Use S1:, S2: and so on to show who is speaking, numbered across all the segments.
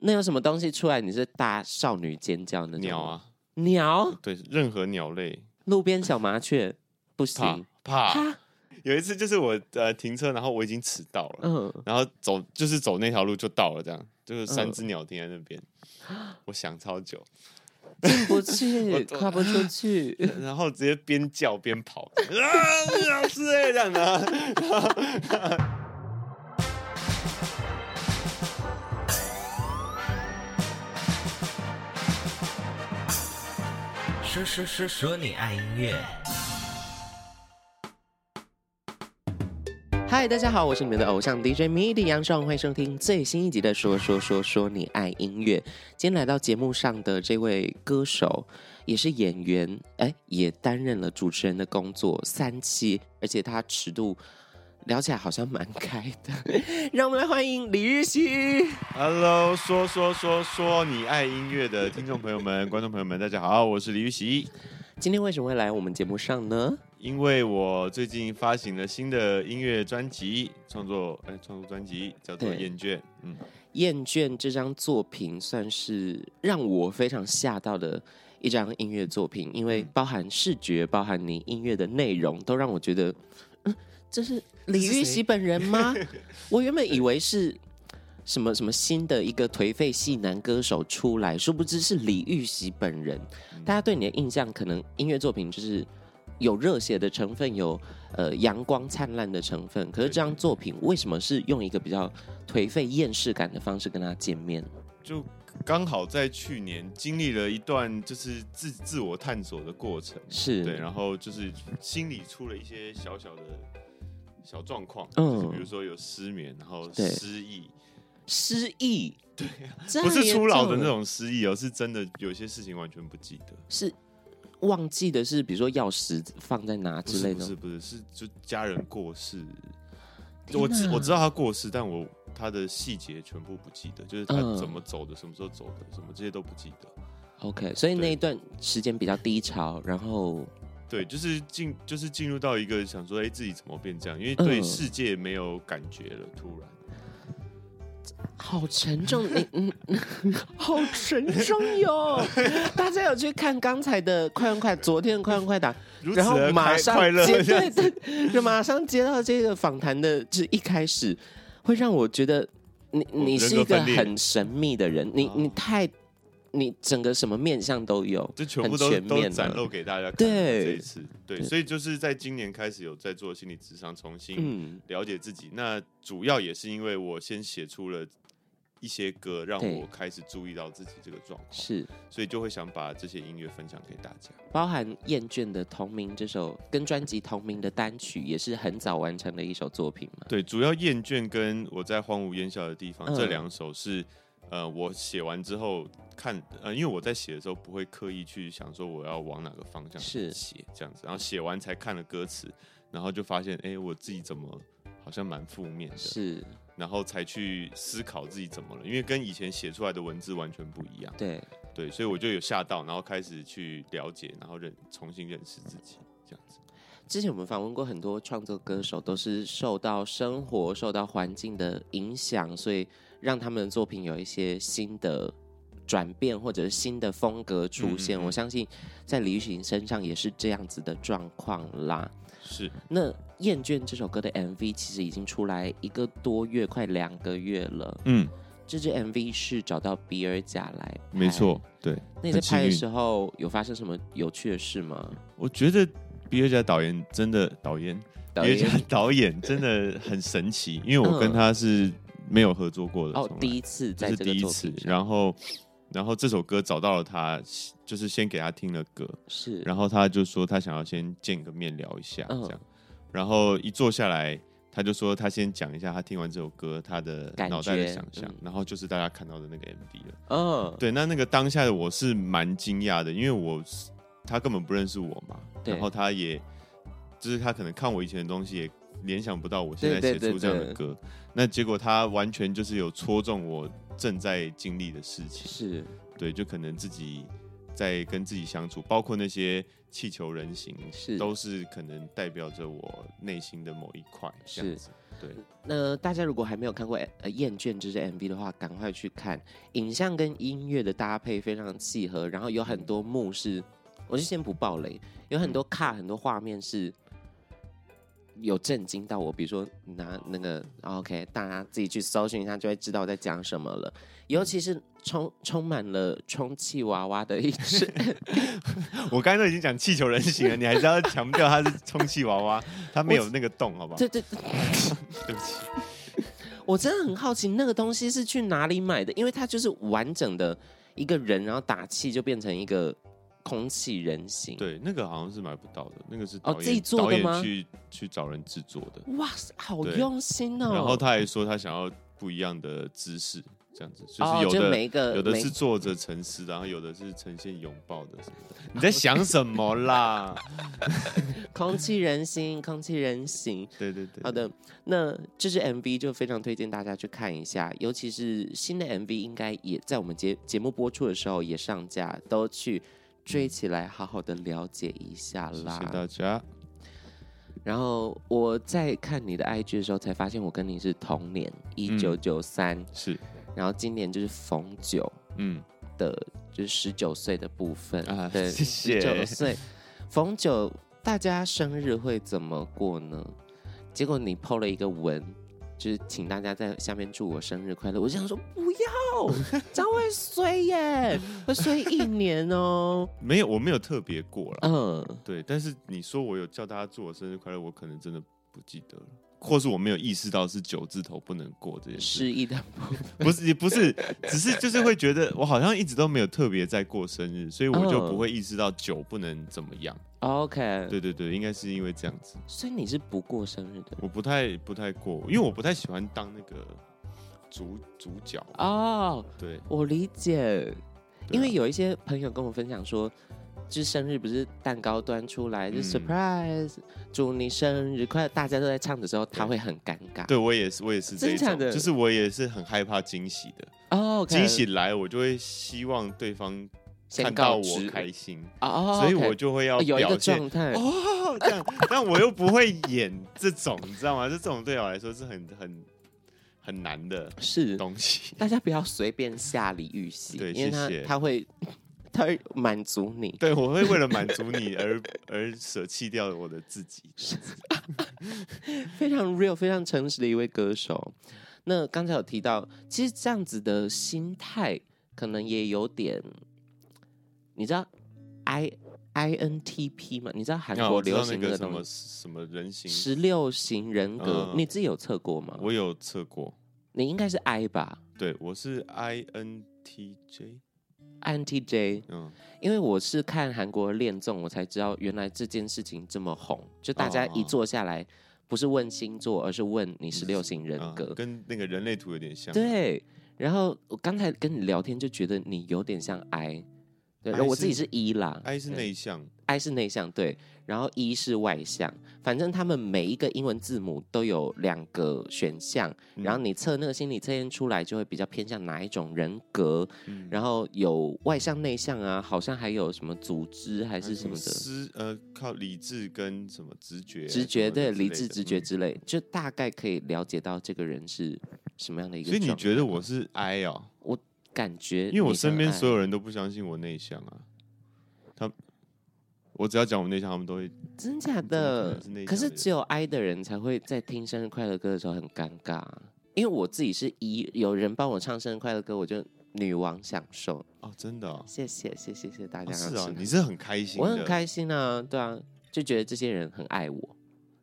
S1: 那有什么东西出来？你是大少女尖叫那种？
S2: 鸟！啊，
S1: 鸟！
S2: 对，任何鸟类，
S1: 路边小麻雀不行。
S2: 怕。
S1: 哈，
S2: 有一次就是我呃停车，然后我已经迟到了，
S1: 嗯，
S2: 然后走就是走那条路就到了，这样就是三
S1: 嗯
S2: 只鸟停在那边，我想超久，
S1: 进不
S2: 我
S1: 去，
S2: 懂
S1: 跨不出去。
S2: 然后直接边叫边跑， 啊，老师哎，这样的、啊，
S3: 说说说说你爱音乐。
S1: 嗨，大家好，我是你们的偶像 DJ MIDI 杨爽，欢迎收听最新一集的《说说说说你爱音乐》。今天来到节目上的这位歌手，也是演员，哎，也担任了主持人的工作三期，而且他尺度聊起来好像蛮开的。 让我们来欢迎李玉玺。
S2: Hello，说说说说你爱音乐的听众朋友们、观众朋友们，大家好，我是李玉玺。
S1: 今天为什么会来我们节目上呢？
S2: 因为我最近发行了新的音乐专辑，创作哎，创作专辑叫做《
S1: 对
S2: 厌倦》，嗯，
S1: 《厌倦》这张作品算是让我非常吓到的一张音乐作品，因为包含视觉、包含你音乐的内容，都让我觉得，嗯，这是李玉玺本人 吗？我原本以为是什么什么新的一个颓废系男歌手出来，殊不知是李玉玺本人。大家对你的印象，可能音乐作品就是有热血的成分，有呃阳光灿烂的成分。可是这张作品为什么是用一个比较颓废厌世感的方式跟他见面？
S2: 就刚好在去年经历了一段就是自自我探索的过程，
S1: 是
S2: 对，然后就是心里出了一些小小的小状况，
S1: 嗯
S2: 就是比如说有失眠，然后
S1: 对
S2: 失忆，
S1: 失 忆，对
S2: 啊不是初老的那，种失忆哦，是真的有些事情完全不记得。
S1: 是忘记的是，比如说钥匙放在哪
S2: 不
S1: 之
S2: 是
S1: 类
S2: 不
S1: 的
S2: 是。不是是就家人过世，
S1: 天
S2: 我知
S1: 哪
S2: 我知道他过世，但我他的细节全部不记得，就是他
S1: 嗯
S2: 怎么走的，什么时候走的，什么这些都不记得。
S1: OK，所以
S2: 对
S1: 那一段时间比较低潮，然后
S2: 对，就是进就是进入到一个想说，哎、自己怎么变这样？因为对
S1: 嗯
S2: 世界没有感觉了，突然。
S1: 好沉重，你 嗯，好沉重 哟！大家有去看刚才的快问快，昨天的快问快答，
S2: 如此
S1: 然后
S2: 的
S1: 马
S2: 开
S1: 上
S2: 快乐
S1: 接
S2: 这
S1: 对
S2: 样
S1: 对，就马上接到这个访谈的，就是一开始会让我觉得你
S2: 我
S1: 你
S2: 人
S1: 是
S2: 格
S1: 一个
S2: 分裂
S1: 很神秘的人，你
S2: 哦
S1: 你太你整个什么面相都有，
S2: 这全
S1: 很
S2: 部都
S1: 全
S2: 都
S1: 面
S2: 展
S1: 了
S2: 露给大家看。
S1: 对
S2: 这一次，对，所以就是在今年开始有在做心理智商，重新
S1: 嗯，
S2: 了解自己。那主要也是因为我先写出了一些歌，让
S1: 对
S2: 我开始注意到自己这个状况，
S1: 是
S2: 所以就会想把这些音乐分享给大家。
S1: 包含《厌倦》的同名这首跟专辑同名的单曲，也是很早完成的一首作品嘛。
S2: 对，主要《厌倦》跟我在荒芜烟消的地方、
S1: 嗯
S2: 这两首是，呃，我写完之后看，呃，因为我在写的时候不会刻意去想说我要往哪个方向
S1: 是
S2: 写这样子，然后写完才看了歌词，然后就发现，哎、我自己怎么好像蛮负面的，
S1: 是，
S2: 然后才去思考自己怎么了，因为跟以前写出来的文字完全不一样，
S1: 对。
S2: 对，所以我就有吓到，然后开始去了解，然后认重新认识自己这样子。
S1: 之前我们访问过很多创作歌手，都是受到生活、受到环境的影响，所以让他们的作品有一些新的转变，或者是新的风格出现。
S2: 嗯嗯嗯
S1: 我相信在李玉玺身上也是这样子的状况啦。
S2: 是，
S1: 那《厌倦》这首歌的 MV 其实已经出来一个多月，快两个月了。
S2: 嗯，
S1: 这支 MV 是找到比尔贾来拍，
S2: 没。错，
S1: 哎
S2: 对。
S1: 那你在
S2: 很幸
S1: 拍的
S2: 运
S1: 时候有发生什么有趣的事吗？
S2: 我觉得比尔加导演真的导演，
S1: 导
S2: 比尔
S1: 演
S2: 加导演真的很神奇，因为我跟他是没有合作过的，
S1: 哦
S2: 从，来
S1: 第一次
S2: 这
S1: 在
S2: 是
S1: 这个
S2: 第一
S1: 作
S2: 次
S1: 品。上，
S2: 然后，然后这首歌找到了他，就是先给他听了歌，
S1: 是
S2: 然后他就说他想要先见个面聊一下，
S1: 嗯
S2: 这样。然后一坐下来，他就说他先讲一下他听完这首歌他的
S1: 感
S2: 脑袋的
S1: 觉
S2: 想象
S1: 嗯，
S2: 然后就是大家看到的那个 MV 了。
S1: 嗯，
S2: 对，那那个当下的我是蛮惊讶的，因为我是他根本不认识我嘛，
S1: 对
S2: 然后他也就是他可能看我以前的东西，也联想不到我现在
S1: 对
S2: 写
S1: 对
S2: 出这样
S1: 对
S2: 的歌。那结果他完全就是有戳中我正在经历的事情，
S1: 是
S2: 对，就可能自己在跟自己相处，包括那些气球人形，
S1: 是
S2: 都是可能代表着我内心的某一块，这
S1: 是
S2: 样子。 对，
S1: 那大家如果还没有看过《呃厌倦》这支 MV 的话，赶快去看，影像跟音乐的搭配非常契合，然后有很多幕是，我就先不爆雷，有很多卡，很多画面是有震惊到我，比如说拿那个 OK，大家自己去搜寻一下就会知道我在讲什么了，尤其是充充满了充气娃娃的一支
S2: 我刚才都已经讲气球人形了，你还是要强调它是充气娃娃，它没有那个洞，好不好？
S1: 对对，
S2: 对不起，
S1: 我真的很好奇那个东西是去哪里买的，因为它就是完整的一个人，然后打气就变成一个空气人形。，
S2: 对，那个好像是买不到的，那个是
S1: 嗯哦
S2: 导演
S1: 自己做的吗
S2: 导演去去找人制作的，
S1: 哇塞，好
S2: 对
S1: 用心哦。
S2: 然后他还说他想要不一样的姿势，这样子，就是
S1: 哦，
S2: 有的、
S1: 每一个
S2: 有的
S1: 每
S2: 是坐着沉思，然后有的是呈现拥抱的什么 的。你在想什么啦？
S1: 空气人形，空气人形。
S2: 对对对，
S1: 好的，那这支 MV 就非常推荐大家去看一下，尤其是新的 MV 应该也在我们节节目播出的时候也上架，都去追起来，好好的了解一下
S2: 谢
S1: 啦。
S2: 谢大家。
S1: 然后我在看你的 IG 的时候，才发现我跟你是同年，一
S2: 嗯
S1: 九九三，
S2: 是，
S1: 然后今年就是逢九
S2: 嗯
S1: 的，就是十九岁的部分。
S2: 啊，
S1: 对，
S2: 谢
S1: 九
S2: 谢。
S1: 岁，逢九大家生日会怎么过呢？结果你 PO 了一个文，就是请大家在下面祝我生日快乐。我就想说不要，这样会衰耶，会衰一年 哦。
S2: 没有，我没有特别过啦。
S1: 嗯，
S2: 对，但是你说我有叫大家祝我生日快乐，我可能真的不记得了，或是我没有意识到是九字头不能过这件事。
S1: 失忆的
S2: 不是，也不是，只是就是会觉得我好像一直都没有特别在过生日，所以我就
S1: 嗯
S2: 不会意识到九不能怎么样。
S1: OK，
S2: 对对对，应该是因为这样子，
S1: 所以你是不过生日的
S2: 我不太不太过，因为我不太喜欢当那个主主角。
S1: 哦。
S2: 对，啊
S1: 我理解，
S2: 对
S1: 因为
S2: 啊
S1: 有一些朋友跟我分享说，就是生日不是蛋糕端出来就
S2: 嗯
S1: surprise，、祝你生日快乐，大家都在唱的时候，他会很尴尬。
S2: 对我也是，我也是这一
S1: 真假
S2: 种，
S1: 的
S2: 就是我也是很害怕惊喜的，
S1: 哦，
S2: 惊喜来我就会希望对方看到我开心，
S1: 哦，
S2: 所以我就会要
S1: 有一
S2: 表
S1: 个
S2: 现
S1: 状态。
S2: 哦这样，但我又不会演这种，你知道吗？这种对我来说是很很很难的
S1: 是，
S2: 东西。
S1: 大家不要随便下李玉玺，
S2: 对
S1: 因为他
S2: 谢谢
S1: 他会 他会满足你。
S2: 对，我会为了满足你而而舍弃掉我的自己。
S1: 非常 real、非常诚实的一位歌手。那刚才有提到，其实这样子的心态可能也有点，你知道 I I N T P 吗？你知道韩
S2: 啊
S1: 国
S2: 我知道
S1: 流行
S2: 那
S1: 那
S2: 个
S1: 个
S2: 什
S1: 东
S2: 么
S1: 西，
S2: 什么人形，
S1: 十六型人格，
S2: 嗯
S1: 你自己有测过吗？
S2: 我有测过，
S1: 你应该是 I 吧
S2: 对我是 INTJ，
S1: ，INTJ。
S2: 嗯，
S1: 因为我是看韩国恋综，我才知道原来这件事情这么红，就大家
S2: 哦哦
S1: 一坐下来，不是问星座，而是问你十六型人
S2: 啊
S1: 格。
S2: 跟那个人类图有点像。
S1: 对，然后我刚才跟你聊天就觉得你有点像 I，对，
S2: I
S1: 然后我自己
S2: 是
S1: 是 E 啦
S2: ，I 是
S1: 对
S2: 内向，
S1: I 是内向，对，然后 E 是外向，反正他们每一个英文字母都有两个选项，
S2: 嗯
S1: 然后你测那个心理测验出来就会比较偏向哪一种人格，
S2: 嗯
S1: 然后有外向内向啊，好像还有什么组织还
S2: 还
S1: 是什么的。
S2: 思呃，靠理智跟什么直觉，啊
S1: 直觉
S2: 什么
S1: 对
S2: 的之
S1: 理
S2: 类
S1: 智、
S2: 的
S1: 直觉
S2: 嗯
S1: 之类，就大概可以了解到这个人是什么样的一个
S2: 所以
S1: 状态。
S2: 你觉得我是 I 哦？
S1: 感觉？
S2: 因为我身边所有人都不相信我内向啊，他我只要讲我内向，他们都会
S1: 真假
S2: 怎么可
S1: 的
S2: 能是内？
S1: 可
S2: 向
S1: 是
S2: 的
S1: 只有 I 的人才会在听生日快乐歌的时候很尴尬啊，因为我自己是一，有人帮我唱生日快乐歌，我就女王享受，
S2: 哦，真的哦、
S1: 谢谢谢谢谢谢大
S2: 哦
S1: 家。
S2: 是啊，你是很开心的，
S1: 我很开心啊，对啊，就觉得这些人很爱我，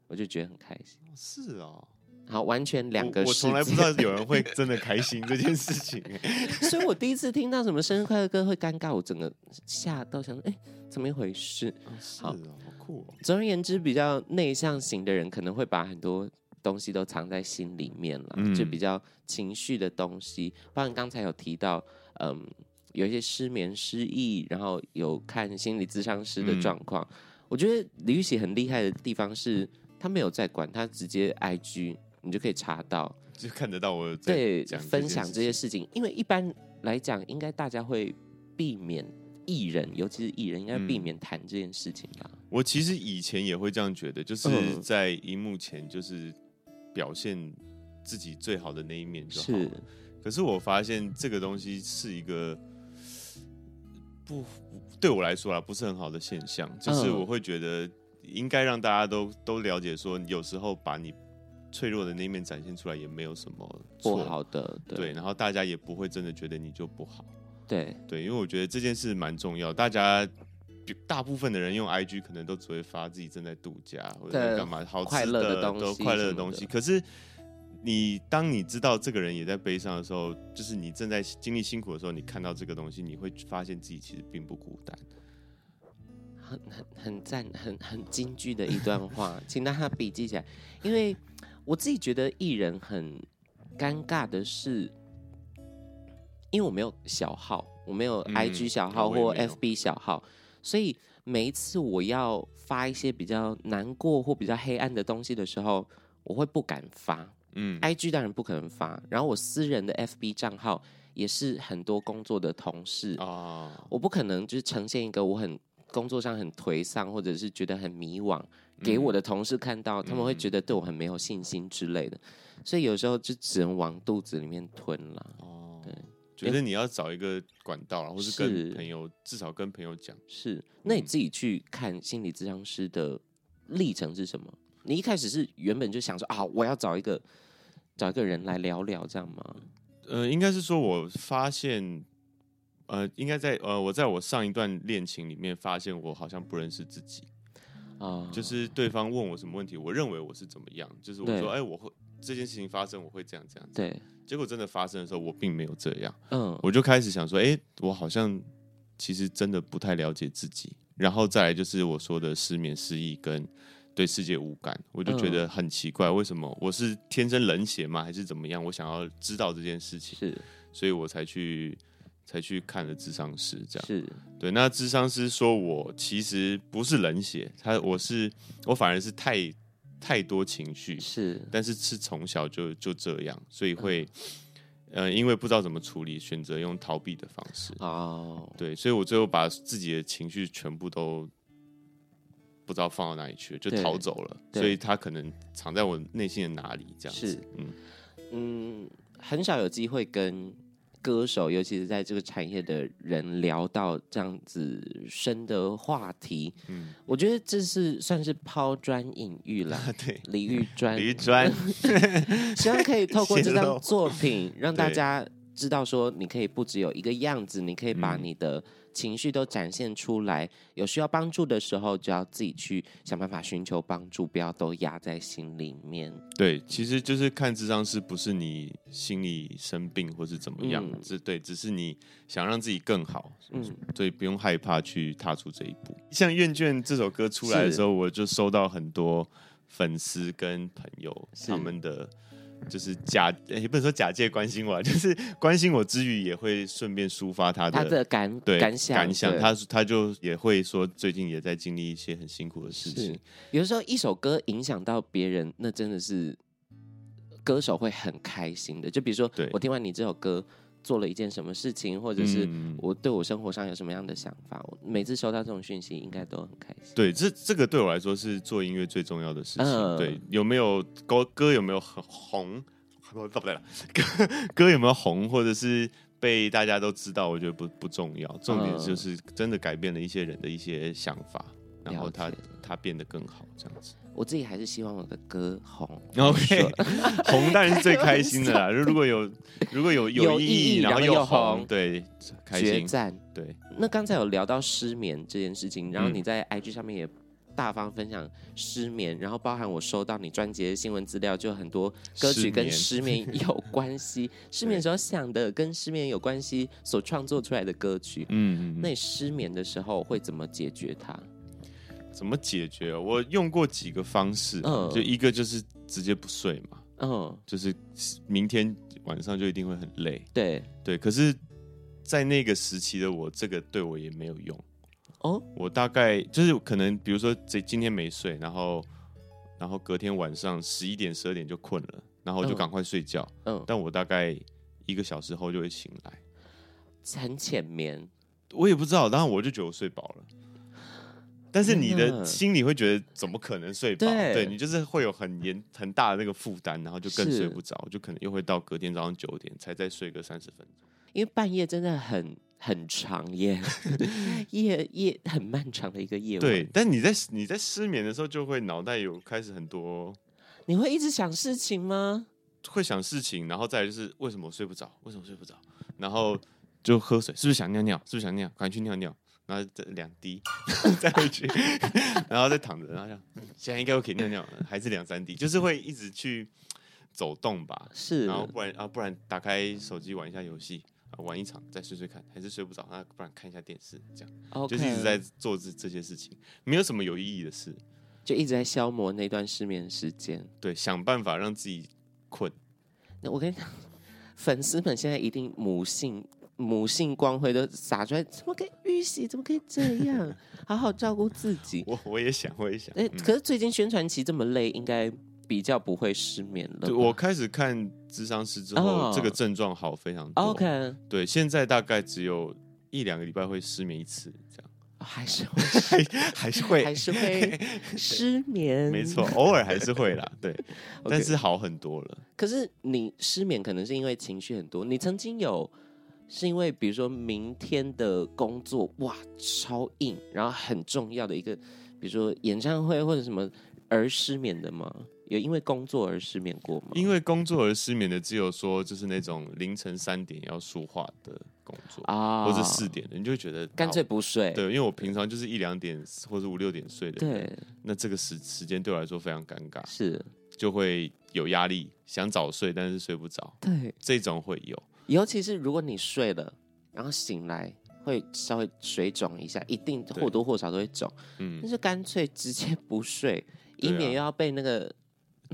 S1: 我就觉得很开心。
S2: 哦是哦，
S1: 好，完全两个
S2: 我我
S1: 世
S2: 从来不
S1: 界
S2: 知。道有人会真的开心这件事情、哎
S1: 所以我第一次听到什么生日快乐歌会尴尬，我整个吓到，想说，哎、怎么一回事？
S2: 哦是
S1: 好
S2: 哦，好酷哦，
S1: 总而言之，比较内向型的人可能会把很多东西都藏在心里面了，
S2: 嗯
S1: 就比较情绪的东西。包括刚才有提到，嗯，有一些失眠、失忆，然后有看心理咨商师的
S2: 嗯
S1: 状况。我觉得李玉玺很厉害的地方是，他没有在管，他直接 IG 你就可以查到，
S2: 就看得到我有在
S1: 对，
S2: 讲
S1: 分享
S2: 件
S1: 这些事情。因为一般来讲，应该大家会避免艺人，尤其是艺人，应该避
S2: 嗯
S1: 免谈这件事情吧。
S2: 我其实以前也会这样觉得，就是
S1: 嗯
S2: 在荧幕前就是。表现自己最好的那一面就好了
S1: 是。
S2: 可是我发现这个东西是一个不对我来说啊，不是很好的现象。就是
S1: 嗯
S2: 我会觉得应该让大家都都了解，说有时候把你脆弱的那一面展现出来也没有什么
S1: 不
S2: 错。
S1: 好的，
S2: 对，
S1: 对
S2: 然后大家也不会真的觉得你就不好。
S1: 对
S2: 对，因为我觉得这件事蛮重要，大家。大部分的人用 IG 可能都只会发自己正在度假或者在
S1: 对
S2: 干嘛，好吃
S1: 快乐的
S2: 的
S1: 东
S2: 都
S1: 西
S2: 快乐
S1: 什
S2: 的
S1: 么
S2: 东
S1: 的
S2: 西。可是你当你知道这个人也在悲伤的时候，就是你正在经历辛苦的时候，你看到这个东西，你会发现自己其实并不孤单。
S1: 很很很赞，很很京剧的一段话，请大家笔记起来。因为我自己觉得艺人很尴尬的是，因为我没有小号，我没有
S2: 嗯
S1: IG 小号
S2: 我也
S1: 或
S2: 没有
S1: FB 小号，所以每一次我要发一些比较难过或比较黑暗的东西的时候，我会不敢发。
S2: 嗯，
S1: IG 当然不可能发，然后我私人的 FB 账号也是很多工作的同事
S2: 啊，
S1: 我不可能就是呈现一个我很工作上很颓丧，或者是觉得很迷惘，给我
S2: 嗯
S1: 的同事看到，他们会觉得对我很没有信心之类的，所以有时候就只能往肚子里面吞啦。
S2: 哦，
S1: 对
S2: 觉得你要找一个管道啦，或是
S1: 是
S2: 跟朋友，至少跟朋友讲。
S1: 是，那你
S2: 嗯
S1: 自己去看心理咨商师的历程是什么？你一开始是原本就想说啊，我要找一个找一个人来聊聊，这样吗？
S2: 呃，应该是说我发现，呃，应该在呃，我在我上一段恋情里面发现，我好像不认识自己。
S1: 啊，
S2: 就是对方问我什么问题，我认为我是怎么样，就是我
S1: 对
S2: 说，哎、我会这件事情发生，我会这样这样子。
S1: 哦对，
S2: 结果真的发生的时候，我并没有这样，
S1: 嗯，
S2: 我就开始想说，哎、我好像其实真的不太了解自己。然后再来就是我说的失眠、失忆跟对世界无感，我就
S1: 嗯
S2: 觉得很奇怪，为什么我是天生冷血吗，还是怎么样？我想要知道这件事情，
S1: 是
S2: 所以我才去才去看了智商师这样。
S1: 是，
S2: 对，那智商师说我其实不是冷血，他我是我反而是太太多情绪，
S1: 是嗯
S2: 但是是从小就就这样，所以会、呃因为不知道怎么处理，选择用逃避的方式。
S1: 哦，
S2: 对，所以我最后把自己的情绪全部都不知道放到哪里去了，就
S1: 对
S2: 逃走了。
S1: 对
S2: 所以他可能藏在我内心的哪里，这样子。
S1: 是
S2: 嗯，
S1: 嗯，很少有机会跟歌手，尤其是在这个产业的人聊到这样子深的话题。嗯
S2: 嗯，
S1: 我觉得这是算是抛砖引玉啦，
S2: 对，
S1: 鲤鱼砖。
S2: 李专，
S1: 希望可以透过这
S2: 泄
S1: 张
S2: 露
S1: 作品，让大
S2: 对
S1: 家知道说，你可以不只有一个样子，你可以把
S2: 嗯
S1: 你的情绪都展现出来。有需要帮助的时候，就要自己去想办法寻求帮助，不要都压在心里面。
S2: 对，其实就是看智商师不是你心里生病或是怎么样
S1: 嗯，
S2: 这、对，只是你想让自己更好，
S1: 嗯，
S2: 所以不用害怕去踏出这一步。像《厌倦》这首歌出来的时候，我就收到很多粉丝跟朋友
S1: 是
S2: 他们的。就是假，也不能说假借关心我啊， 就是关心我之余，也会顺便抒发他的
S1: 他的感
S2: 对
S1: 感想，
S2: 感想
S1: 对
S2: 他他就也会说，最近也在经历一些很辛苦的事情
S1: 是。有时候一首歌影响到别人，那真的是呃歌手会很开心的。就比如说
S2: 对，
S1: 我听完你这首歌，做了一件什么事情，或者是
S2: 嗯
S1: 我对我生活上有什么样的想法，我每次收到这种讯息，应该都很开心。
S2: 对，这这个对我来说是做音乐最重要的事情。
S1: 嗯
S2: 对，有没有歌歌有没有很红？不对了，歌歌有没有红，或者是被大家都知道，我觉得不不重要。重点
S1: 嗯
S2: 就是真的改变了一些人的一些想法，然后
S1: 了
S2: 他
S1: 解
S2: 他变得更好，这样子。
S1: 我自己还是希望我的歌红。
S2: OK，红 当然是最开心 的啦。如果有如果有
S1: 有
S2: 意
S1: 意义
S2: 然后
S1: 然后又
S2: 又红
S1: 红，
S2: 对，开
S1: 决
S2: 心，
S1: 战。
S2: 对，
S1: 那刚才有聊到失眠这件事情，然后
S2: 嗯
S1: 你在 IG 上面也大方分享失眠，然后包含我收到你专辑的新闻资料，就很多歌曲跟失
S2: 失
S1: 眠有关 系，失眠的时候想的跟失眠有关系所创作出来的歌曲。
S2: 嗯，嗯嗯
S1: 那你失眠的时候会怎么解决它？
S2: 怎么解决？我用过几个方式啊，
S1: 嗯
S2: 就一个就是直接不睡嘛，
S1: 嗯，
S2: 就是明天晚上就一定会很累，
S1: 对，
S2: 对。可是，在那个时期的我，这个对我也没有用。
S1: 哦，
S2: 我大概就是可能，比如说这今天没睡，然后然后隔天晚上十一点、十二点就困了，然后我就
S1: 嗯
S2: 赶快睡觉。
S1: 嗯，
S2: 但我大概一个小时后就会醒来，
S1: 很浅眠，
S2: 我也不知道，然后我就觉得我睡饱了。但是你
S1: 真的
S2: 的心里会觉得怎么可能睡饱？
S1: 对
S2: 对你就是会有很严很大的那个负担，然后就更
S1: 是
S2: 睡不着，就可能又会到隔天早上九点才再睡个三十分钟。
S1: 因为半夜真的很很长 夜，夜夜很漫长的一个夜晚。
S2: 对，，但你在你在失眠的时候，就会脑袋有开始很多
S1: 你会一直想事情吗？
S2: 会想事情，然后再来就是为什么我睡不着，为什么睡不着，然后就喝水，是不是想尿尿？是不是想尿？赶快去尿尿，然后再两滴， 再回去，然后再躺着，然后想嗯现在应该我可以尿尿了，还是两三滴，就是会一直去走动吧，
S1: 是
S2: 然后不然啊不然打开手机玩一下游戏。啊玩一场再睡睡看，还是睡不着，那不然看一下电视，这样
S1: ，OK，
S2: 就是一直在做这这些事情，没有什么有意义的事。
S1: 就一直在消磨那段失眠时间。
S2: 对，想办法让自己困。
S1: 那我跟你讲， 粉丝们现在一定母性母性光辉都洒出来，怎么可以预习？怎么可以这样？ 好好照顾自己。
S2: 我我也想，我也想。
S1: 哎、
S2: 嗯
S1: 可是最近宣传期这么累，应该比较不会失眠了吧。
S2: 对我开始看智商师之后，
S1: 嗯哦
S2: 这个症状好非常多。
S1: OK，
S2: 对，现在大概只有一两个礼拜会失眠一次，这样
S1: 哦还是会
S2: 还是会
S1: 还是 会失眠，
S2: 没错，。偶尔还是会啦。 对
S1: OK
S2: 但是好很多了。
S1: 可是你失眠可能是因为情绪很多，你曾经有是因为比如说明天的工作哇超硬，然后很重要的一个，比如说演唱会或者什么而失眠的吗？有因为工作而失眠过吗？
S2: 因为工作而失眠的，只有说就是那种凌晨三点要说话的工作，
S1: 啊，
S2: 或者四点的，你就会觉得
S1: 干脆。
S2: 好
S1: 不睡，
S2: 对，因为我平常就是一两点或者五六点睡的，
S1: 对
S2: 那这个时时间对我来说非常尴尬，
S1: 是，
S2: 就会有压力，想早睡但是睡不着，
S1: 对，
S2: 这种会有。
S1: 尤其是如果你睡了，然后醒来会稍微水肿一下，一定
S2: 对
S1: 或多或少都会肿，
S2: 嗯
S1: 那，就干脆直接不睡，以
S2: 对啊
S1: 免又要被那个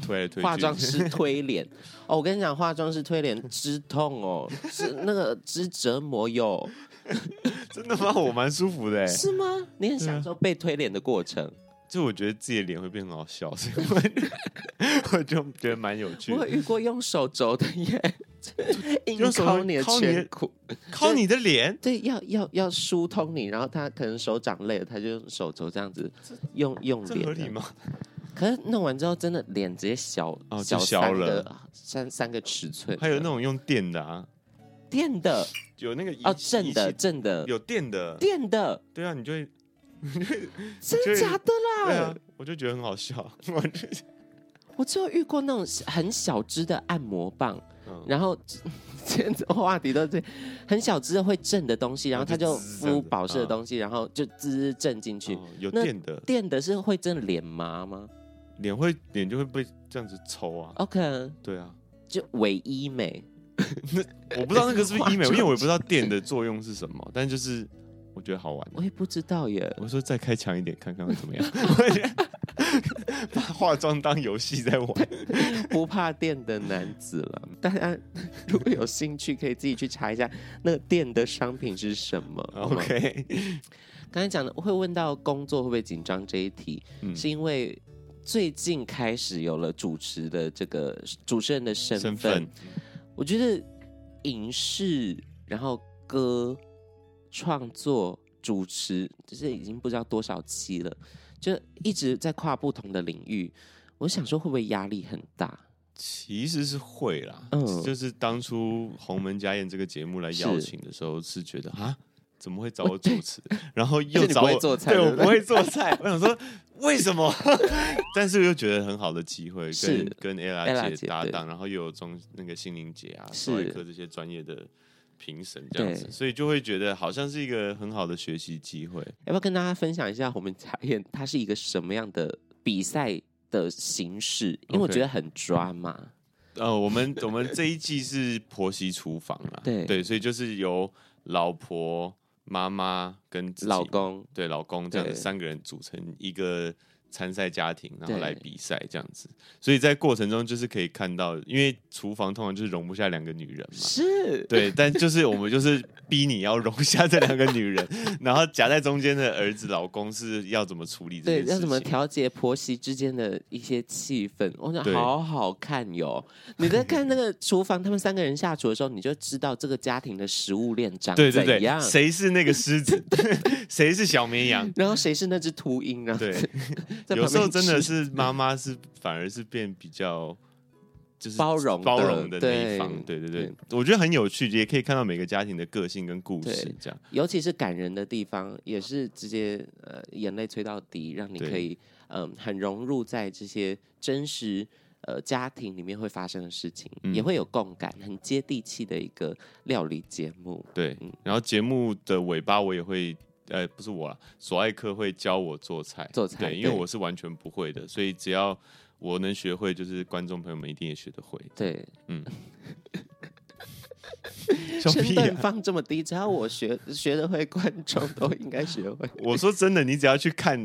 S2: 推来推去，
S1: 化 妆师推脸。哦，我跟你讲，化妆师推脸之痛哦，是那个之折磨哟，
S2: 真的吗？我蛮舒服的哎，
S1: 是吗？你很
S2: 嗯
S1: 享受被推脸的过程，
S2: 就我觉得自己的脸会变很 好笑，所以我我就觉得蛮有趣
S1: 我
S2: 的。
S1: 有遇过用手肘的耶， 硬
S2: 用手
S1: 抠你的
S2: 抠你的
S1: 颧骨，
S2: 靠你的脸，
S1: 对，要要要疏通你，然后他可能手掌累了，他就用手肘这样子用用
S2: 这
S1: 脸，
S2: 合理？吗？
S1: 可是弄完之后，真的脸直接小、
S2: 哦就
S1: 小
S2: 消
S1: 三
S2: 了
S1: 个三三个尺寸，
S2: 还有那种用电的啊，
S1: 电的
S2: 有那个仪
S1: 哦，
S2: 器
S1: 正的
S2: 仪器
S1: 正的
S2: 有电的，
S1: 电的，
S2: 对啊，你就会
S1: 真
S2: 就是
S1: 假的啦？
S2: 对啊，我就觉得很好笑。 我就
S1: 我只有遇过那种很小只的按摩棒，
S2: 嗯
S1: 然后 这种话题都对，很小只的会震的东西，然后它就
S2: 就滋这样
S1: 敷
S2: 子
S1: 保湿的
S2: 嗯
S1: 东西，然后就滋震进去。
S2: 哦有
S1: 那
S2: 电的
S1: 电的是会真的脸麻吗
S2: 脸会脸就会被这样子抽啊，
S1: ？OK，
S2: 对 啊，
S1: 就伪医美
S2: 我不知道那个是 不
S1: 化
S2: 是医美，因
S1: 妆
S2: 为我也不知道电的作用是什么，但就是我觉得好玩。
S1: 我也不知道耶。
S2: 我说再开强一点看看会怎么样， 把化妆当游戏在玩。
S1: 不怕电的男子了。大家 如果有兴趣，可以自己去查一下那个电的商品是什么。好吗
S2: OK，
S1: 刚才讲的会问到工作会不会紧张这一题，
S2: 嗯
S1: 是因为最近开始有了主持的这个主持人的身份。
S2: 身份
S1: 我觉得影视，然后歌创作、主持，就是已经不知道多少期了，就一直在跨不同的领域。我想说，会不会压力很大？
S2: 其实是会啦，
S1: 嗯
S2: 就是当初《鸿门家宴》这个节目来邀请的时候，是觉得啊，怎么会找我主持？ 然后又
S1: 而且你
S2: 找
S1: 不
S2: 我
S1: 会做菜
S2: 对
S1: 对
S2: 我
S1: 不对
S2: 不会 做菜，我想说为什么？ 但是又觉得很好的机会，
S1: 是
S2: 跟跟
S1: Ella
S2: ella
S1: 姐
S2: 姐搭
S1: 对
S2: 档，然后又有中那个心灵姐啊、
S1: 是
S2: 小艾科这些专业的。评审这样子，
S1: 对
S2: 所以就会觉得好像是一个很好的学习机会。
S1: 要不要跟大家分享一下鸿门家宴它是一个什么样的比赛的形式？因为我
S2: OK
S1: 觉得很抓嘛。
S2: 呃，我们我们这一季是婆媳厨房啦，
S1: 对
S2: 对，所以就是由老婆、妈妈跟自己
S1: 老公
S2: 对老公这样子
S1: 对
S2: 三个人组成一个参赛家庭，然后
S1: 对
S2: 来比赛这样子。所以在过程中就是可以看到，因为厨房通常就是容不下两个女人嘛。
S1: 是，
S2: 对，但就是我们就是逼你要容下这两个女 人，然后夹在中间的儿子、老公是要怎么处理这件
S1: 对，
S2: 事情？
S1: 要怎么调节婆媳之间的一些气氛？我想
S2: 对
S1: 好好看哟。你在看那个厨房，他们三个人下厨的时候，你就知道这个家庭的食物链长
S2: 对对
S1: 怎
S2: 对，
S1: 样，
S2: 谁是那个狮 子，谁是小绵羊？
S1: 然后谁是那只秃鹰，然后
S2: 对，
S1: 在
S2: 有
S1: 旁边
S2: 时候真的
S1: 吃
S2: 是妈妈是反而是变比较就是
S1: 包容的
S2: 包容的那
S1: 对嗯
S2: 一方，对对对，我觉得很有趣，也可以看到每个家庭的个性跟故事
S1: 对
S2: 这样。
S1: 尤其是感人的地方，也是直接呃眼泪吹到底，让你
S2: 对
S1: 可以嗯、很融入在这些真实呃家庭里面会发生的事情，
S2: 嗯
S1: 也会有共感，很接地气的一个料理节目。
S2: 对
S1: 嗯，
S2: 然后节目的尾巴我也会，呃，不是我啦，索爱克会教我做菜，
S1: 做菜
S2: 对，因为
S1: 对
S2: 我是完全不会的，所以只要我能学会，就是观众朋友们一定也学得 会。
S1: 对，
S2: 小
S1: 身
S2: 屁
S1: 段
S2: 啊！
S1: 放这么低，只要我学 学得会，观众都应该学会。
S2: 我说真的，你只要去看，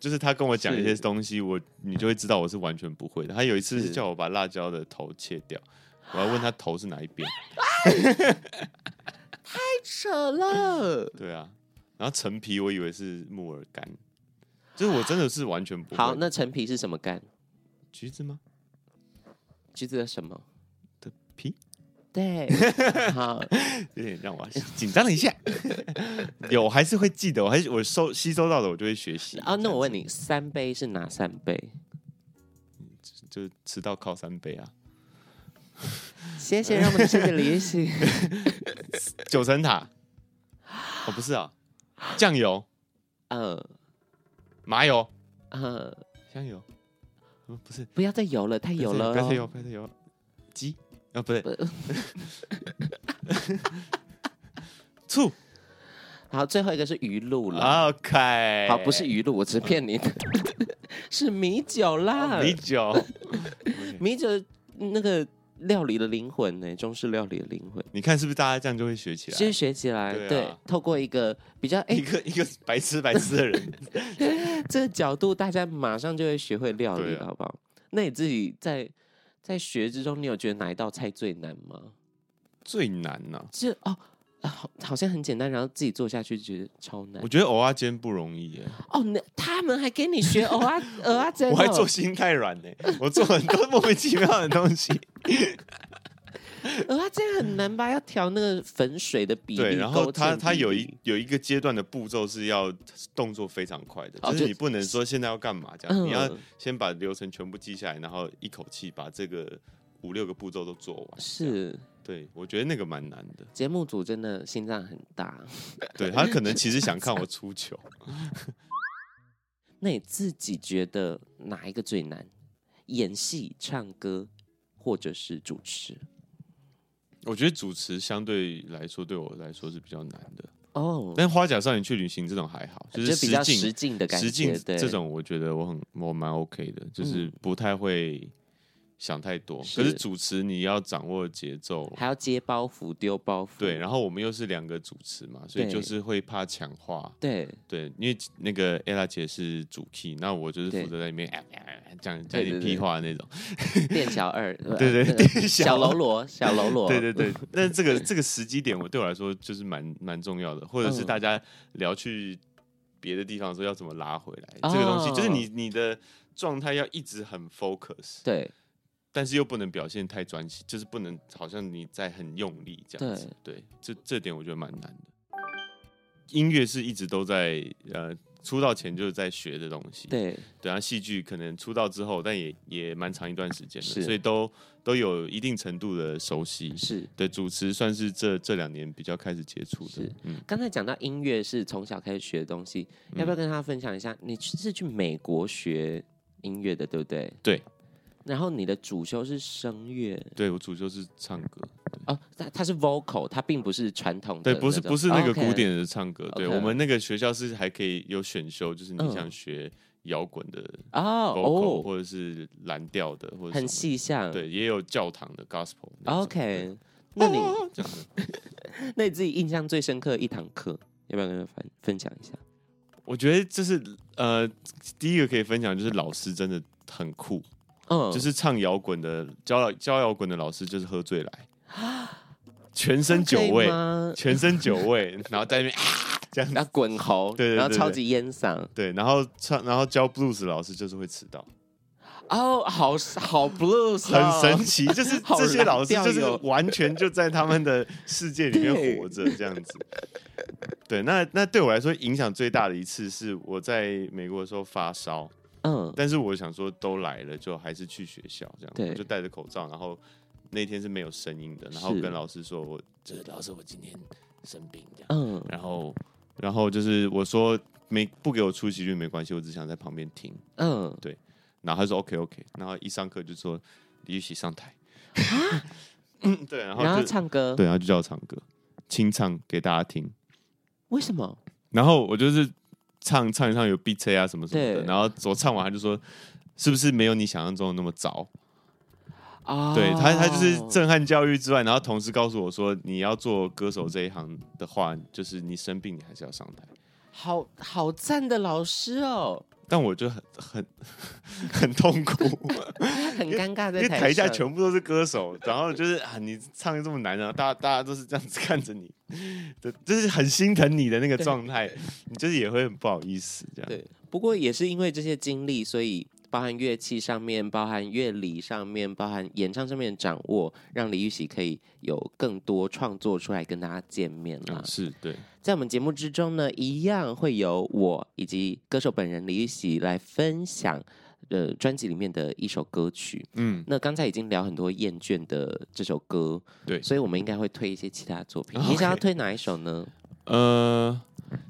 S2: 就是他跟我讲一些
S1: 是
S2: 东西，我你就会知道我是完全不会的。他有一次是
S1: 是
S2: 叫我把辣椒的头切掉，我要问他头是哪 一边，
S1: 扯了。
S2: 对啊，然后陈皮我以为是木耳干，就是我真的是完全不会。
S1: 好，那陈皮是什么干？
S2: 橘子吗？
S1: 橘子的什么
S2: 的皮？
S1: 对，好，
S2: 有点让我紧张了一下。 有，我还是会记得，我还是我收吸收到的，我就会学习。
S1: 啊，那我问
S2: 你，
S1: 你，三杯是哪三杯？
S2: 就吃到靠山杯啊，
S1: 谢谢，让我们谢谢李 欣。
S2: 九层塔，哦不是啊，酱油、
S1: 嗯
S2: 麻油、
S1: 嗯，
S2: 香油，嗯不是
S1: 不要再游了，太游了
S2: 不要太油，
S1: 哦。
S2: 不要太油，鸡啊不对， 醋
S1: 好，最后一个是鱼露
S2: 啊
S1: 了。
S2: ，OK，
S1: 好，不是鱼露，我只骗你的， 是米酒啦。
S2: 哦米酒，
S1: 米酒那个料理的灵魂呢，中式料理的灵魂。
S2: 你看是不是大家这样就会学起
S1: 先
S2: 来？
S1: 学起来，
S2: 对啊
S1: 对，透过一个比较哎
S2: 一个一个白痴白痴的人，
S1: 这个角度，大家马上就会学会料理
S2: 对
S1: 了，
S2: 啊
S1: 好不好？那你自己在在学之中，你有觉得哪一道菜最难吗？
S2: 最难呐、
S1: 这哦。啊好，好像很简单，然后自己做下去就觉得超难
S2: 我觉得偶尔煎不容易耶，
S1: 哦。那他们还给你学蚵啊蚵啊煎哦，
S2: 我还做心太软呢，我做很多莫名其妙的东西。
S1: 蚵啊煎很难吧？要调那个粉水的 比例，
S2: 对，然后
S1: 勾
S2: 它
S1: 芡
S2: 它
S1: 比
S2: 有一
S1: 例
S2: 有一个阶段的步骤是要动作非常快的，
S1: 哦
S2: 就是
S1: 就
S2: 你不能说现在要干嘛这样，
S1: 嗯
S2: 你要先把流程全部记下来，然后一口气把这个五六个步骤都做完。
S1: 是
S2: 对，我觉得那个蛮难的。
S1: 节目组真的心脏很大。
S2: 对他可能其实想看我出糗，
S1: 那你自己觉得哪一个最难？演戏、唱歌，或者是主持？
S2: 我觉得主持相对来说对我来说是比较难的，
S1: 哦，
S2: 但花甲少年去旅行这种还好，呃就是
S1: 比较
S2: 实景
S1: 实境的感
S2: 实境
S1: 觉，对，
S2: 这种我觉得我很我蛮 OK 的，就是
S1: 嗯
S2: 不太会想太多。
S1: 是
S2: 可是主持你要掌握节奏，
S1: 还要接包袱、丢包袱，
S2: 对，然后我们又是两个主持嘛，所以
S1: 对
S2: 就是会怕抢话。
S1: 对
S2: 对，因为那个 ella 姐是主 key，那我就是
S1: 对
S2: 负责在里面哎哎哎 讲讲
S1: 对对
S2: 点屁
S1: 对
S2: 话那种。
S1: 店小二，
S2: 对对
S1: 呃
S2: 店
S1: 那个
S2: 小
S1: 小喽啰，小喽啰，
S2: 对对 对，但这个这个时机点，我对我来说就是蛮蛮重要的，或者是
S1: 嗯
S2: 大家聊去别的地方的时候要怎么拉回来，
S1: 哦
S2: 这个东西就是你你的状态要一直很 focus。
S1: 对
S2: 但是又不能表现太专心，就是不能好像你在很用力这样子。对，这这点我觉得蛮难的。音乐是一直都在呃出道前就是在学的东西，
S1: 对
S2: 对啊，戏剧可能出道之后，但也也蛮长一段时间
S1: 是
S2: 了，所以都都有一定程度的熟悉。
S1: 是。
S2: 对，主持算是这这两年比较开始接触的
S1: 是。
S2: 嗯，
S1: 刚才讲到音乐是从小开始学的东西，要不要跟大家分享一下？你是去美国学音乐的，对不对？
S2: 对。
S1: 然后你的主修是声乐
S2: 对我主就是唱歌，
S1: 哦，它它是 vocal，它并不是传统的
S2: 对，
S1: 那
S2: 不
S1: 种，
S2: 是不是那个
S1: 哦，OK
S2: 古典的唱歌。对
S1: OK
S2: 我们那个学校是还可以有选修，就是你
S1: 嗯
S2: 想学摇滚的
S1: 哦
S2: vocal，、
S1: 哦，
S2: 或者是蓝调的，或者
S1: 很
S2: 什么
S1: 细项
S2: 的，。对，也有教堂的 gospel 那种。
S1: OK，那你
S2: 对哦这 样子
S1: 那你自己印象最深刻的一堂课，要不要跟大家分分享一下？
S2: 我觉得这是呃，第一个可以分享就是老师真的很酷，
S1: 嗯，
S2: 就是唱摇滚的教教摇滚的老师就是喝醉来， 全身酒味，全身酒味，然后在那边、啊、这样子
S1: 然后滚喉，
S2: 对对对
S1: 然后超
S2: 对
S1: 级烟嗓，
S2: 对，然后唱然后教 blues 的老师就是会迟到，
S1: 哦，好好 blues，哦、
S2: 很神奇，就是
S1: 好
S2: 这些老师
S1: 蓝调
S2: 就是
S1: 哟
S2: 完全就在他们的世界里面
S1: 对
S2: 活着这样子。对，那那对我来说影响最大的一次是我在美国的时候发烧，
S1: 嗯，
S2: 但是我想说都来了，就还是去学校这样，
S1: 对
S2: 我就戴着口罩，然后那天是没有声音的，然后
S1: 是
S2: 跟老师说，我就是老师我今天生病这样，
S1: 嗯，
S2: 然后然后就是我说没不给我出席率没关系，我只想在旁边听，
S1: 嗯，
S2: 然后他说 OK OK，然后一上课就说李玉玺上台，嗯对，然后
S1: 啊然后
S2: 就
S1: 唱歌，
S2: 对，然后就叫我唱歌，清唱给大家听，
S1: 为什么？
S2: 然后我就是唱唱一唱有 B C 啊什么什么的，
S1: 对
S2: 然后我唱完他就说是不是没有你想象中的那么糟？
S1: 啊、
S2: 对他，他就是震撼教育之外，然后同时告诉我说，你要做歌手这一行的话，就是你生病你还是要上台。
S1: 好好赞的老师哦，
S2: 但我就很很 很痛苦，
S1: 很尴尬在
S2: 因为台下
S1: 上
S2: 全部都是歌手，然后就是啊，你唱的这么难啊，大家大家都是这样子看着你，对，就是很心疼你的那个状态，你就是也会很不好意思这样。
S1: 对，不过也是因为这些经历，所以包含乐器上面、包含乐理上面、包含演唱上面的掌握，让李玉玺可以有更多创作出来跟大家见面啦。
S2: 嗯，是对，
S1: 在我们节目之中呢，一样会有我以及歌手本人李玉玺来分享。呃，专辑里面的一首歌曲，
S2: 嗯，
S1: 那刚才已经聊很多厌倦的这首歌，
S2: 对
S1: 所以我们应该会推一些其他作 品。
S2: OK
S1: 你想要推哪一首呢？
S2: 呃，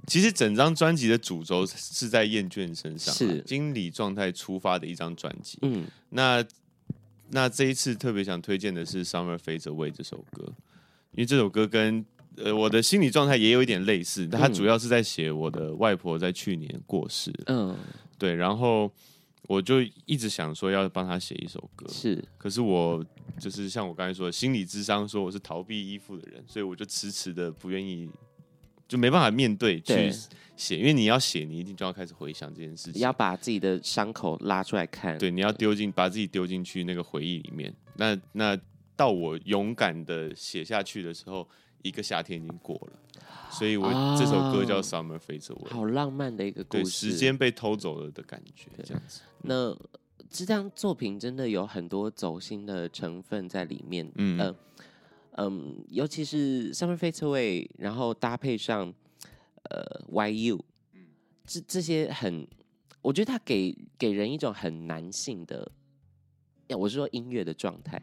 S2: 其实整张专辑的主轴是在厌倦身上啊，
S1: 是
S2: 经理状态出发的一张专辑。
S1: 嗯，
S2: 那那这一次特别想推荐的是《Summer Fades Away》这首歌，因为这首歌跟呃我的心理状态也有一点类似，但它
S1: 嗯
S2: 主要是在写我的外婆在去年过世了，
S1: 嗯，
S2: 对，然后我就一直想说要帮她写一首歌，
S1: 是
S2: 可是我就是像我刚才说的，心理智商说我是逃避依附的人，所以我就迟迟的不愿意，就没办法面对去
S1: 对
S2: 写，因为你要写，你一定就要开始回想这件事情，
S1: 要把自己的伤口拉出来看，
S2: 对，你要丢进把自己丢进去那个回忆里面。那那到我勇敢的写下去的时候，一个夏天已经过了，所以我、
S1: 啊
S2: 这首歌叫《Summer Fades Away》，
S1: 好浪漫的一个故
S2: 对，
S1: 事。
S2: 时间被偷走了的感觉，这样子。
S1: 那这张作品真的有很多走心的成分在里面，
S2: 嗯
S1: 呃嗯，尤其是《Summer Fades Away》，然后搭配上呃《Why You》，这这些很，我觉得它给给人一种很男性的，呀我是说音乐的状态。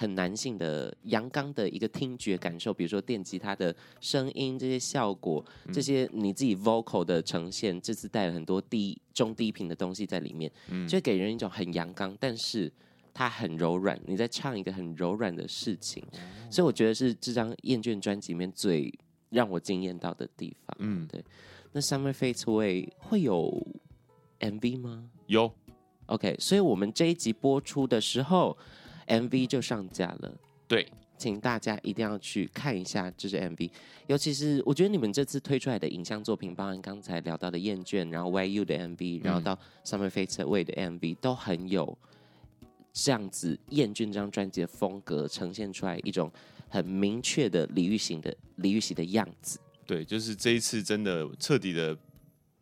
S1: 很男性的阳刚的一个听觉感受，比如说电吉他的声音这些效果，这些你自己 vocal 的呈现，这次带了很多低中低频的东西在里面，就会给人一种很阳刚，但是它很柔软。你在唱一个很柔软的事情，所以我觉得是这张厌倦专辑里面最让我惊艳到的地方。
S2: 嗯，
S1: 那 Summer Fades Away 会有 MV 吗
S2: 有
S1: ？OK，所以我们这一集播出的时候，MV 就上架了。
S2: 对，
S1: 请大家一定要去看一下这支 MV，尤其是我觉得你们这次推出来的影像作品，包含刚才聊到的《厌倦》，然后《YU》的 MV，然后到《Summer Fades Away》的 MV，都很有这样子《厌倦》这张专辑的风格呈现出来一种很明确的李玉玺的李玉玺的样子。
S2: 对，就是这一次真的彻底的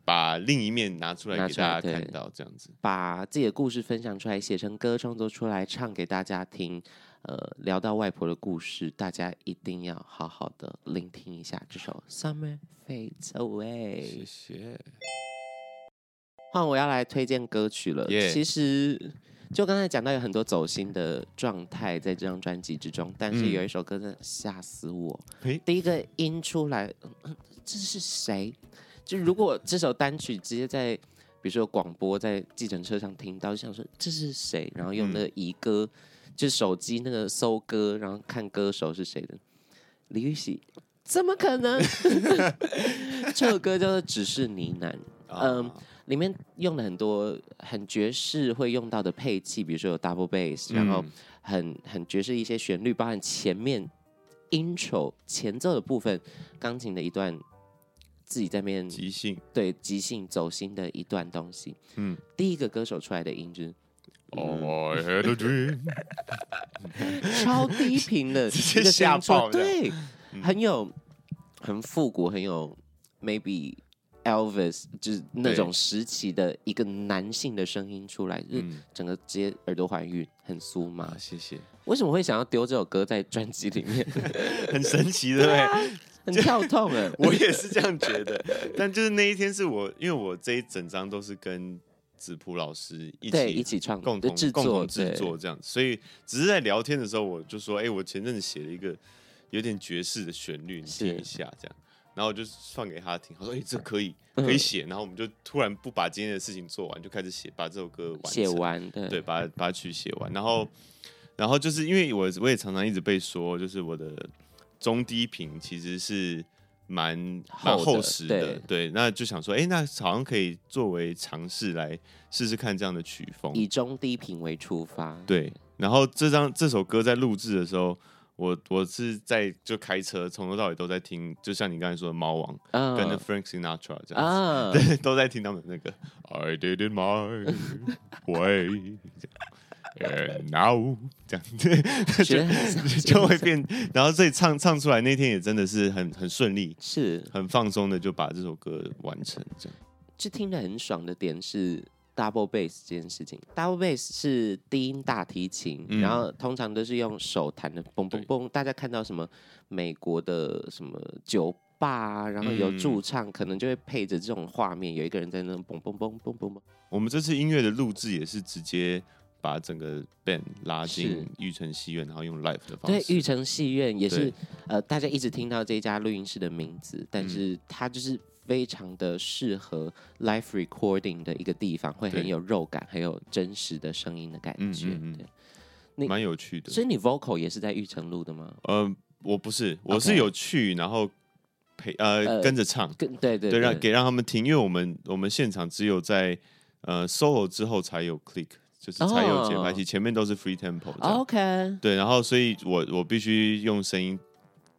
S2: 把另一面拿出来
S1: 拿
S2: 给
S1: 出来
S2: 大家
S1: 对
S2: 看到，这样子。
S1: 把自己的故事分享出来，写成歌，创作出来，唱给大家听。呃，聊到外婆的故事，大家一定要好好的聆听一下这首《Summer Fades Away》。
S2: 谢谢。
S1: 换我要来推荐歌曲了。
S2: Yeah
S1: 其实就刚才讲到有很多走心的状态在这张专辑之中，但是
S2: 嗯
S1: 有一首歌真的吓死我。
S2: 嘿
S1: 第一个音出来，嗯嗯这是谁？就如果这首单曲直接在比如说广播在计程车上听到，就想说这是谁，然后用那个移歌，就是手机那个搜歌，然后看歌手是谁的。李玉玺，怎么可能？ 这首歌叫做《只是呢喃》。
S2: 啊
S1: 嗯里面用了很多很爵士会用到的配器，比如说有 double bass，然后
S2: 嗯
S1: 很很爵士一些旋律，包含前面 intro 前奏的部分，钢琴的一段自己在面
S2: 即兴
S1: 对即兴走心的一段东西。
S2: 嗯
S1: 嗯，第一个歌手出来的音就是嗯
S2: Oh, I had a dream，
S1: 超低频的，
S2: 直接
S1: 一个声音出
S2: 吓
S1: 来
S2: 爆这嗯
S1: 对，很有很复古，很有 maybe Elvis 就是那种时期的一个男性的声音出来，就是
S2: 嗯
S1: 整个直接耳朵怀孕，很酥麻
S2: 啊，。谢谢，
S1: 为什么会想要丢这首歌在专辑里面？
S2: 很神奇，对不对？
S1: 很跳痛哎，
S2: 我也是这样觉得，但就是那一天是我，因为我这一整张都是跟子普老师一
S1: 对
S2: 起
S1: 一起创
S2: 共
S1: 就
S2: 同
S1: 制
S2: 共
S1: 作
S2: 同制
S1: 对
S2: 作这样，所以只是在聊天的时候，我就说，哎、我前阵子写了一个有点爵士的旋律，你听
S1: 是
S2: 一下这样。然后我就放给他听，他说：“哎、这可以，可
S1: 嗯
S2: 以写。然后我们就突然不把今天的事情做完，就开始写，把这首歌完成
S1: 写完的
S2: 对，把把曲写完，然后然后就是因为我我也常常一直被说，就是我的中低频其实是蛮蛮
S1: 厚的
S2: 厚实的，
S1: 对
S2: 对，那就想说，哎，那好像可以作为尝试来试试看这样的曲风，
S1: 以中低频为出发，
S2: 对。然后这张这首歌在录制的时候，我我是在就开车，从头到尾都在听，就像你刚才说的《猫王》
S1: 嗯
S2: 跟那 Frank Sinatra 这样子。
S1: 啊，
S2: 对，都在听他们那个 I did it my way。And now，这样子
S1: 觉得很像
S2: 就 就会变，然后这里唱唱出来那天也真的是很很顺利，
S1: 是
S2: 很放松的就把这首歌完成，这样
S1: 就听着很爽的点是 double bass 这件事情。double bass 是低音大提琴，
S2: 嗯
S1: 然后通常都是用手弹的，嘣嘣
S2: 对
S1: 嘣。大家看到什么美国的什么酒吧啊，然后有
S2: 嗯
S1: 驻唱，可能就会配着这种画面，有一个人在那嘣嘣嘣嘣嘣嘣。
S2: 我们这次音乐的录制也是直接把整个 band 拉
S1: 是
S2: 进玉成戏院，然后用 live 的方
S1: 对
S2: 式，，
S1: 玉成戏院也是
S2: 对，
S1: 呃，大家一直听到这家录音室的名字，但是它就是非常的适合 live recording 的一个地方，会很
S2: 对
S1: 有肉感，很有真实的声音的感
S2: 嗯
S1: 觉。
S2: 嗯嗯
S1: 对你
S2: 蛮有趣的。
S1: 所以你 vocal 也是在玉成录的吗？
S2: 呃，我不是，我
S1: OK
S2: 是有去，然后陪呃
S1: 呃
S2: 跟着唱，
S1: 跟对对
S2: 对，让给让他们听，因为我们我们现场只有在呃 solo 之后才有 click，就是才有节拍
S1: 哦
S2: 器，前面都是 free tempo 这样。
S1: OK，
S2: 对，然后所以我我必须用声音，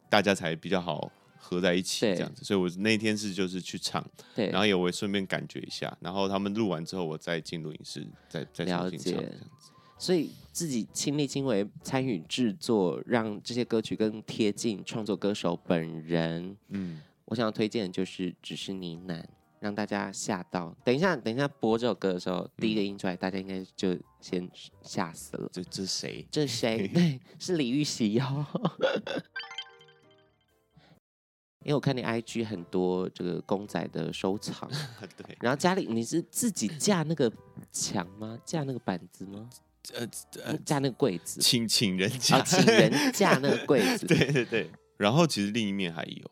S2: 大家才比较好合在一起
S1: 对
S2: 这样子。所以我那天是就是去唱，
S1: 对，
S2: 然后也我也顺便感觉一下，然后他们录完之后，我再进录音室再再
S1: 了
S2: 重新唱这
S1: 解
S2: 样子。
S1: 所以自己亲力亲为参与制作，让这些歌曲更贴近创作歌手本人。
S2: 嗯，
S1: 我想要推荐的就是《只是呢喃》，让大家吓到。等一下，等一下播这首歌的时候，第一个音出来，大家应该就先吓死了。
S2: 这这是谁？
S1: 这是谁？对，是李玉玺哦。 因为我看你 IG 很多这个公仔的收藏，
S2: 对，
S1: 然后家里你是自己架那个墙吗？架那个板子吗？
S2: 呃
S1: 架那个柜子，
S2: 请请人
S1: 啊，
S2: 家，
S1: 请人架那个柜子。
S2: 对对对。然后其实另一面还有，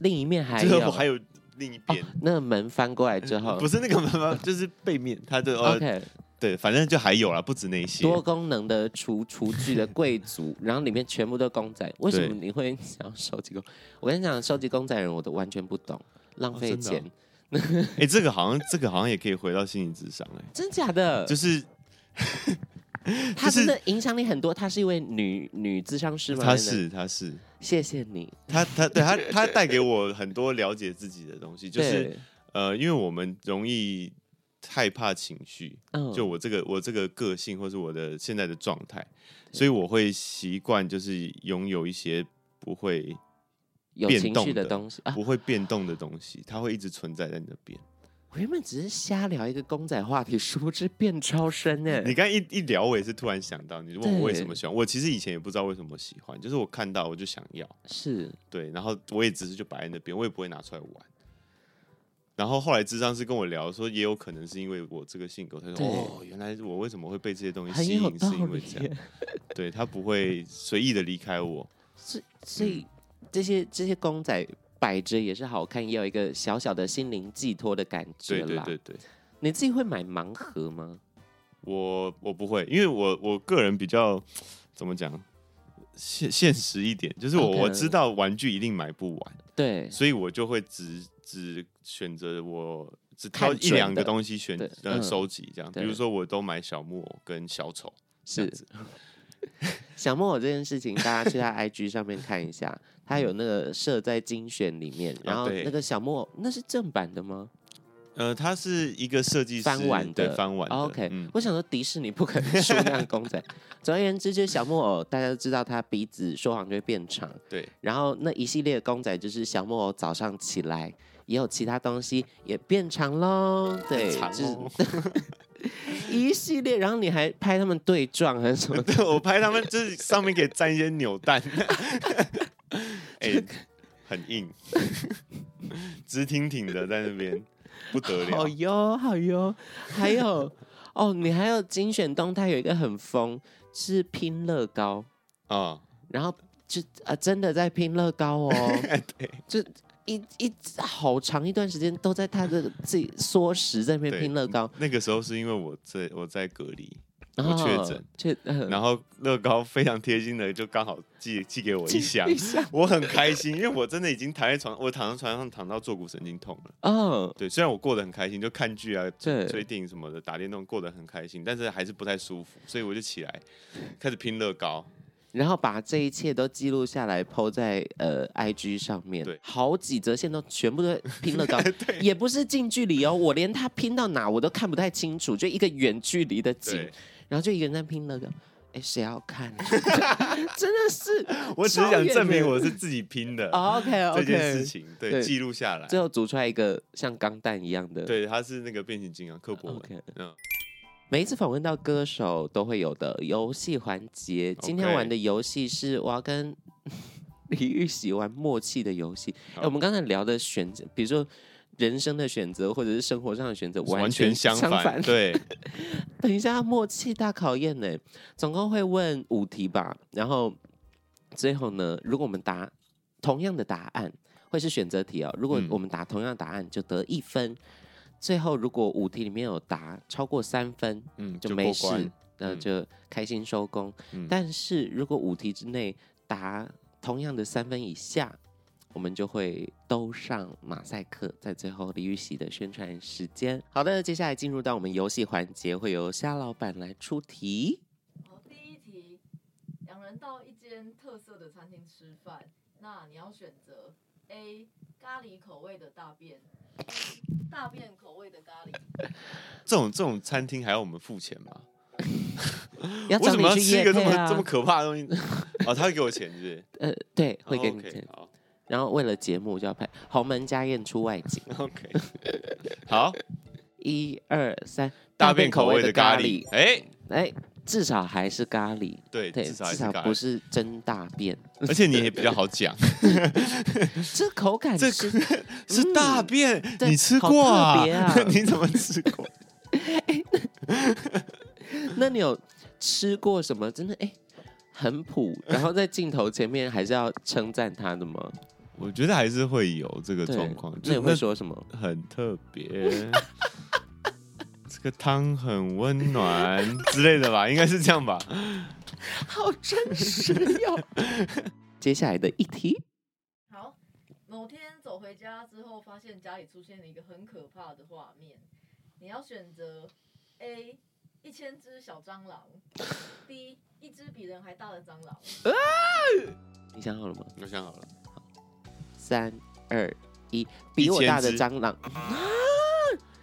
S1: 另一面还
S2: 这
S1: 有哦
S2: 个我还有另一边。
S1: 那个门翻过来之后，
S2: 不是那个门吗？就是背面，它的呃
S1: OK
S2: 对，反正就还有啦，不止那一些。
S1: 多功能的厨厨具的柜组，然后里面全部都公仔。为什么
S2: 对
S1: 你会想要收集公？ 我跟你讲，收集公仔的人我都完全不懂，浪费
S2: 真的
S1: 钱，
S2: 啊 哎、这个好像这个好像也可以回到心理智商哎、
S1: 真假的？
S2: 就是
S1: 她
S2: 就
S1: 真
S2: 是
S1: 的影响你很多。她是一位女女咨商师吗？
S2: 他是他是
S1: 谢谢你。
S2: 他他对他他带给我很多了解自己的东西，就是
S1: 对
S2: 呃，因为我们容易害怕情绪，
S1: 嗯
S2: 就我这个我这个个性或是我的现在的状态，所以我会习惯就是拥有一些不会
S1: 有
S2: 变
S1: 情
S2: 动
S1: 绪的
S2: 的
S1: 东西啊。
S2: 不会变动的东西，它会一直存在在你那边。
S1: 我原本只是瞎聊一个公仔话题，殊不知变超深哎、
S2: 你刚刚一一聊，我也是突然想到，你问我为
S1: 对
S2: 什么喜欢，我其实以前也不知道为什么喜欢，就是我看到我就想要，
S1: 是
S2: 对，然后我也只是就摆在那边，我也不会拿出来玩。然后后来智商是跟我聊说，也有可能是因为我这个性格，他说
S1: 对
S2: 哦，原来我为什么会被这些东西
S1: 很
S2: 吸
S1: 有
S2: 引，
S1: 道
S2: 是因为
S1: 理
S2: 这
S1: 耶
S2: 样，。对他不会随意的离开我，
S1: 所所以
S2: 嗯
S1: 这些这些公仔摆着也是好看，也有一个小小的心灵寄托的感觉
S2: 对
S1: 啦。
S2: 对对对，
S1: 你自己会买盲盒吗？
S2: 我我不会，因为我我个人比较怎么讲现现实一点，就是我
S1: OK
S2: 我知道玩具一定买不完。
S1: 对，
S2: 所以我就会只只选择我只挑
S1: 看
S2: 一
S1: 准
S2: 两
S1: 的
S2: 个东西选
S1: 对
S2: 呃
S1: 嗯
S2: 收集这样，比
S1: 对
S2: 如说我都买小木偶跟小丑这样
S1: 是
S2: 子，
S1: 小木偶这件事情，大家去他 IG 上面看一下，他有那个设在精选里面，然后
S2: 嗯啊对
S1: 那个小木偶那是正版的吗？
S2: 呃，他是一个设计师，
S1: 翻碗的哦
S2: 对翻碗的。
S1: o k
S2: 嗯，
S1: 我想说迪士尼不可能出那样公仔。 总而言之，就是小木偶，大家都知道他鼻子说谎就会变长，
S2: 对，
S1: 然后那一系列的公仔就是小木偶早上起来也有其他东西也变长喽，对，
S2: 长
S1: 就是
S2: 哦
S1: 一系列，然后你还拍他们对撞还是什么？
S2: 对我拍他们就是上面可以粘一些 扭蛋，哎、很硬， 直挺挺的在那边，不得
S1: 好
S2: 了。
S1: 哟，好哟，还有哦，你还有精选动态有一个很疯，是拼乐高，
S2: 啊、
S1: 然后就啊、真的在拼乐高 哦，就一一好长一段时间都在他的自己缩食在那边
S2: 对
S1: 拼乐高，
S2: 那个时候是因为我在我在隔离，
S1: 然
S2: 我
S1: 后
S2: 确诊，
S1: 确嗯
S2: 然后乐高非常贴心的就刚好寄寄给我一箱， 我很开心，因为我真的已经躺在床，我躺在床上躺到坐骨神经痛了。
S1: 嗯，
S2: 对，虽然我过得很开心，就看剧啊、
S1: 对
S2: 追电影什么的，打电动过得很开心，但是还是不太舒服，所以我就起来开始拼乐高。
S1: 然后把这一切都记录下来，PO 在呃 IG 上面。
S2: 对
S1: 好几则线都全部都在拼乐高， 也不是近距离哦，我连他拼到哪我都看不太清楚，就一个远距离的景
S2: 对，，
S1: 然后就一个人在拼乐高。哎，谁要看？ 真的是
S2: 我只是想证明我是自己拼的
S1: OK
S2: 这
S1: 哦 OK
S2: 件事。情，
S1: 对
S2: 对，记录下来。
S1: 最后组出来一个像钢弹一样的。
S2: 对，他是那个变形金刚克博文
S1: 哦 OK
S2: 嗯，
S1: 每一次访问到歌手都会有的游戏环节。今天
S2: OK
S1: 玩的游戏是我要跟李玉玺玩默契的游戏。哎、
S2: 好
S1: 我们刚才聊的选择，比如说人生的选择，或者是生活上的选择，
S2: 完
S1: 全
S2: 全相
S1: 反。
S2: 对，
S1: 等一下，默契大考验呢，总共会问五题吧。然后最后呢，如果我们答同样的答案，会是选择题哦。如果
S2: 嗯
S1: 我们答同样的答案，就得一分。最后，如果五题里面有答超过三分，
S2: 嗯，
S1: 就
S2: 就
S1: 没
S2: 过
S1: 事
S2: 关。，
S1: 那
S2: 嗯
S1: 就开心收工。
S2: 嗯
S1: 但是如果五题之内答同样的三分以下，我们就会都上马赛克，在最后李玉玺的宣传时间。好的，接下来进入到我们游戏环节，会由虾老板来出 题。
S4: 好，第一题，两人到一间特色的餐厅吃饭，那你要选择 A 咖喱口味的大便，B 大便口味的咖喱。
S2: 这种这种餐厅还要我们付钱吗？
S1: 要
S2: 为
S1: 找
S2: 什
S1: 你
S2: 么要
S1: 去
S2: 吃一
S1: 夜
S2: 个这
S1: 配
S2: 么
S1: 啊
S2: 这么？可怕的 东西？哦，他会给我钱是不是？哦
S1: 呃，对， 会给你
S2: o
S1: 钱。
S2: k 好
S1: 然后为了节目就要拍《豪门家宴出外景》
S2: ，OK，好，
S1: 一二三，
S2: 大便口味的咖喱，哎，
S1: 哎，至少还是咖喱，
S2: 对，
S1: 对，
S2: 至
S1: 至
S2: 少还是
S1: 少
S2: 咖
S1: 不
S2: 喱，
S1: 是真大便。
S2: 而且你也比较 好讲，
S1: 这口感
S2: 这
S1: 是
S2: 是大便，
S1: 嗯对
S2: 你吃过
S1: 好
S2: 啊
S1: 特别啊
S2: 你怎么吃过？
S1: 那你有吃过什么真的哎、很普，然后在镜头前面还是要称赞他的吗？
S2: 我觉得还是会有这个
S1: 对
S2: 状况，
S1: 那你
S2: 就
S1: 会说什么？
S2: 那很特别。这个汤很温暖之类的吧，应该是这样吧。
S1: 好真实哟！ 接下来的一题，
S4: 好，某天走回家之后，发现家里出现了一个很可怕的画面，你要选择 A 一千只小蟑螂，B 一只比人还大的蟑螂。
S1: 你想好了吗？
S2: 我想好了，
S1: 三二一，比我
S2: 1000
S1: 大的
S2: 只
S1: 蟑螂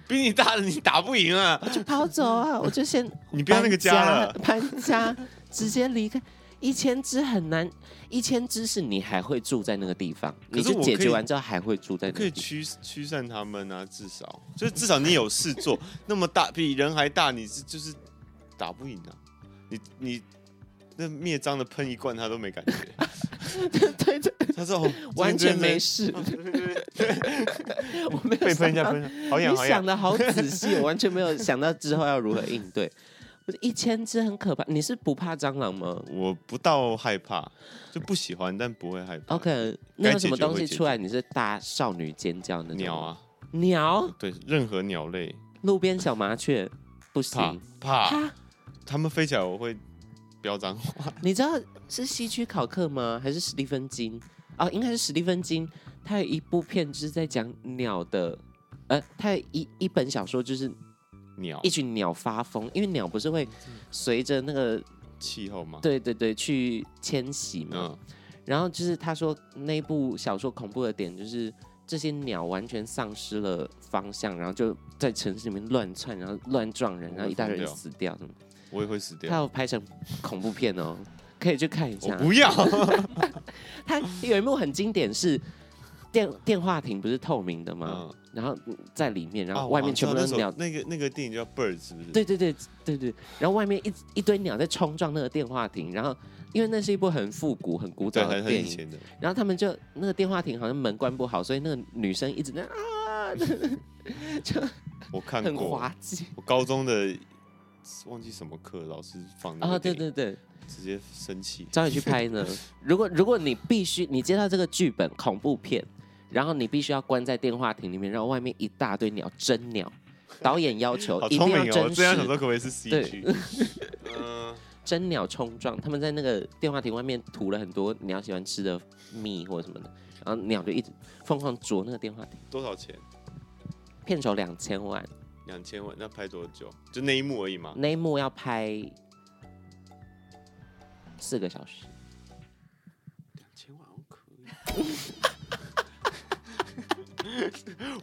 S2: 比你大的你打不赢啊！
S1: 就跑走 啊！我就先
S2: 你不要那个家了
S1: 搬家，搬家直接离开。一千只很难，一千只是你还会住在那个地方，
S2: 可
S1: 你
S2: 是
S1: 就
S2: 我
S1: 解
S2: 可
S1: 决
S2: 以
S1: 完之后还会住在那
S2: 可以
S1: 个地方。
S2: 驱驱散他们啊，至少就是至少你有事做，那么大比人还大，你是就是打不赢啊，你你那灭蟑的喷一罐他都没感 觉，
S1: 对对，
S2: 他说哦
S1: 完全没
S2: 事，
S1: 事。 我没有
S2: 被喷
S1: 想
S2: 一下
S1: 到
S2: 喷一下，好痒
S1: 你
S2: 好
S1: 想
S2: 痒，
S1: 的好 仔细，我完全没有想到之后要如何应对。我一千只很可怕，你是不怕蟑螂吗
S2: 我不到害怕，就不喜欢但不会害怕。
S1: ？OK，那有什么
S2: 解决
S1: 东
S2: 会
S1: 西
S2: 解
S1: 出来你是大少女尖叫那种？
S2: 鸟，啊，
S1: 鸟，
S2: 对，任何鸟类
S1: 路边小麻雀不
S2: 怕
S1: 行。
S2: 怕，
S1: 哈，
S2: 他们飞起来我会飙脏话，
S1: 你知道是西区考克吗？还是史蒂芬金？哦，应该是史蒂芬金，他有一部片就是在讲鸟的，呃，他有一一本小说就是
S2: 鸟
S1: 一群鸟发疯，因为鸟不是会随着那个
S2: 气候嘛，
S1: 对对对，去迁徙嘛。
S2: 嗯，
S1: 然后就是他说那部小说恐怖的点就是这些鸟完全丧失了方向，然后就在城市里面乱窜，然后乱撞人，然后一大堆人
S2: 疯掉
S1: 死掉什么。
S2: 我也会死
S1: 他
S2: 掉，
S1: 有拍成恐怖片哦，可以去看一
S2: 我
S1: 下。
S2: 不要，
S1: 他有一幕很经典是。电电话亭不是透明的吗？
S2: 嗯，
S1: 然后在里面，然
S2: 啊
S1: 后
S2: 我
S1: 外
S2: 好
S1: 面
S2: 像
S1: 全部都
S2: 那
S1: 是
S2: 首
S1: 鸟，
S2: 那个那个电影叫 Birds 是不是？
S1: 对对对对对，然后外面一一堆鸟在冲撞那个电话亭，然后因为那是一部很复古、很古
S2: 对，
S1: 早的
S2: 很很
S1: 电
S2: 以
S1: 影，
S2: 前的，
S1: 然后他们就那个电话亭好像门关不好，所以那个女生一直在啊，
S2: 我看
S1: 很
S2: 过，
S1: 滑稽
S2: 我高中的忘记什么课，老师放那
S1: 啊、
S2: 个
S1: 对
S2: 电影
S1: 对对，
S2: 直接生气，
S1: 找你去拍呢。如果如果你必须你接到这个剧本恐怖片，然后你必须要关在电话亭里面，然后外面一大堆鸟真鸟，导演要求
S2: 好
S1: 一
S2: 聪
S1: 定要
S2: 明哦！我
S1: 真
S2: 这样想说
S1: 实
S2: 可不可以 是 CG？嗯，
S1: 真鸟冲撞，他们在那个电话亭外面涂了很多鸟喜欢吃的蜜或什么的，然后鸟就一直疯狂啄那个电话亭，
S2: 多少钱？
S1: 片酬两千万，
S2: 两千万？那拍多久？就那一幕而已嘛。
S1: 那一幕要拍四个小时。
S2: 两千万可以。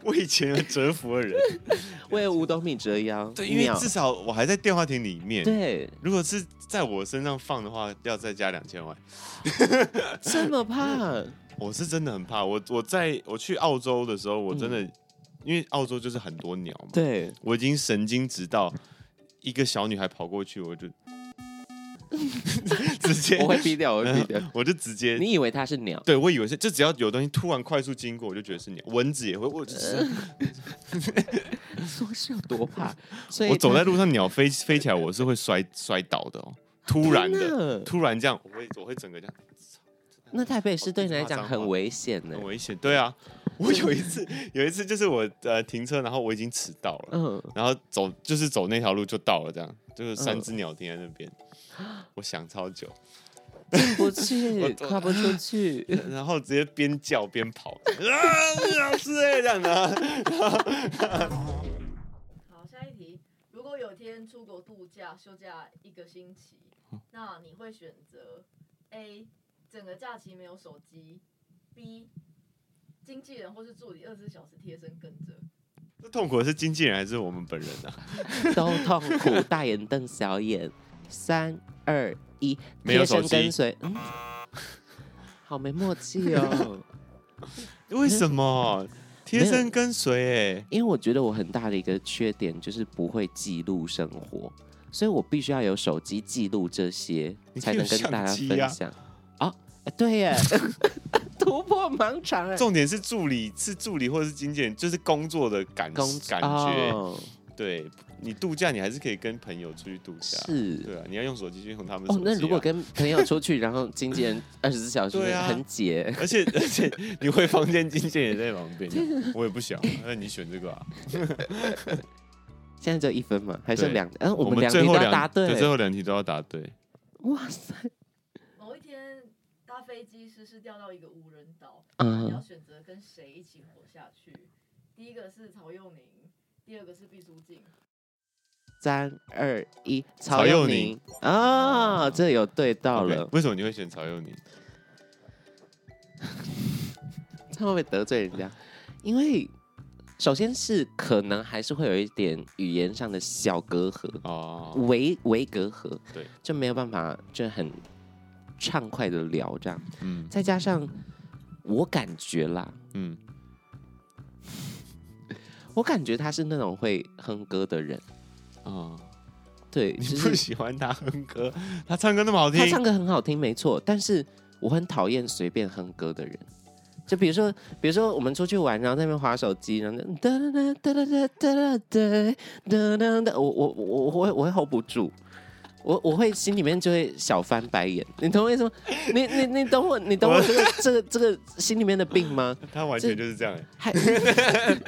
S2: 我以前有折服的人，
S1: 为五斗米折腰，
S2: 对，因为
S1: 鸟
S2: 至少我还在电话亭里面。
S1: 对
S2: 如果是在我身上放的话，要再加两千万。
S1: 这么 怕，
S2: 我是真的很怕。我我在我去澳洲的时候，我真
S1: 嗯
S2: 的、因为澳洲就是很多鸟嘛，
S1: 对，
S2: 我已经神经质到一个小女孩跑过 去，我就直接
S1: 我会逼掉，我会逼 掉。
S2: 我就直接，
S1: 你以为它是鸟？
S2: 对我以为是，就只要有东西突然快速经过，我就觉得是鸟，蚊子也会，我就是、
S1: 说是有多怕？所以
S2: 我走在路上，鸟飞飞起来，我是 会摔摔倒的哦，突然的，
S1: 的。
S2: 突然这样，我会我会整个这样，
S1: 那台北
S2: 哦
S1: 市对你来讲很危险呢
S2: 很。危险。对啊，我有一次有一次就是我呃停车，然后我已经迟到了，
S1: 嗯，
S2: 然后走就是走那条路就到了，这样就是三
S1: 嗯
S2: 只鸟停在那边，我想超久，
S1: 不
S2: 我
S1: 去，跨不出去。
S2: 然后直接边叫边跑，啊，老师哎这样的、
S4: 好，下一题，如果有天出国度假休假一个星期，那你会选择 A 整个假期没有手机，B 经纪人或是助理二十四小时贴身跟着。
S2: 这痛苦的是经纪人还是我们本人啊？
S1: 都痛苦，大眼瞪小眼。三二一，
S2: 没
S1: 贴
S2: 有手
S1: 身
S2: 机
S1: 跟随。嗯好没默契 哦，
S2: 为什么贴身跟随、哎，
S1: 因为我觉得我很大的一个缺点就是不会记录生活，所以我必须要有手机记录这些，
S2: 你可
S1: 才
S2: 以
S1: 能跟
S2: 有
S1: 大家
S2: 相机
S1: 分
S2: 啊
S1: 享。啊，对耶， 突破盲肠哎，
S2: 重点是助理是助理或者是经纪人，就是工作的感
S1: 工
S2: 感觉。
S1: 哦
S2: 对你度假，你还是可以跟朋友出去度假。
S1: 是。
S2: 对啊，你要用手机就用他们手
S1: 哦
S2: 机、啊。，
S1: 那如果跟朋友出去，然后经纪人二十四小时
S2: 对啊
S1: 很解，
S2: 而且 而且你回房间，经纪人也在旁 边，我也不想。那你选这个啊？
S1: 现在只有一分嘛，还剩
S2: 对
S1: 两，嗯，我
S2: 我
S1: 们两题
S2: 最
S1: 都
S2: 后
S1: 要答对，
S2: 对最后两题都要答对。
S1: 哇塞，
S4: 某一天搭飞机失事掉到一个无人岛，你要
S1: 嗯，
S4: 选择跟谁一起活下去？第一个是曹佑宁，第二个是毕书尽。
S1: 三二一，
S2: 曹
S1: 曹
S2: 佑
S1: 佑宁啊，这有对到
S2: OK，
S1: 了，
S2: 为什么你会选曹佑宁？
S1: 这会不会得罪人家？因为首先是可能还是会有一点语言上的小隔阂，
S2: 哦，
S1: 维维隔阂，
S2: 对，
S1: 就没有办法就很畅快的聊这样，
S2: 嗯
S1: 再加上我感觉啦，
S2: 嗯，
S1: 我感觉他是那种会哼歌的人，
S2: 哦，
S1: 对，
S2: 你
S1: 就
S2: 不
S1: 是
S2: 喜欢他哼歌，他唱歌那么好听
S1: 他，唱歌很好听，没错，但是我很讨厌随便哼歌的人。就比如说，比如说我们出去玩，然后在那边划手机，然后哒哒哒哒哒哒哒哒哒哒，我我我我会我会 hold 不住，我我会心里面就会小翻白眼，你懂我意思吗？你你你懂我，你懂我这个这个这个心里面的病吗？
S2: 他完全就是这样。
S1: 还
S2: 欸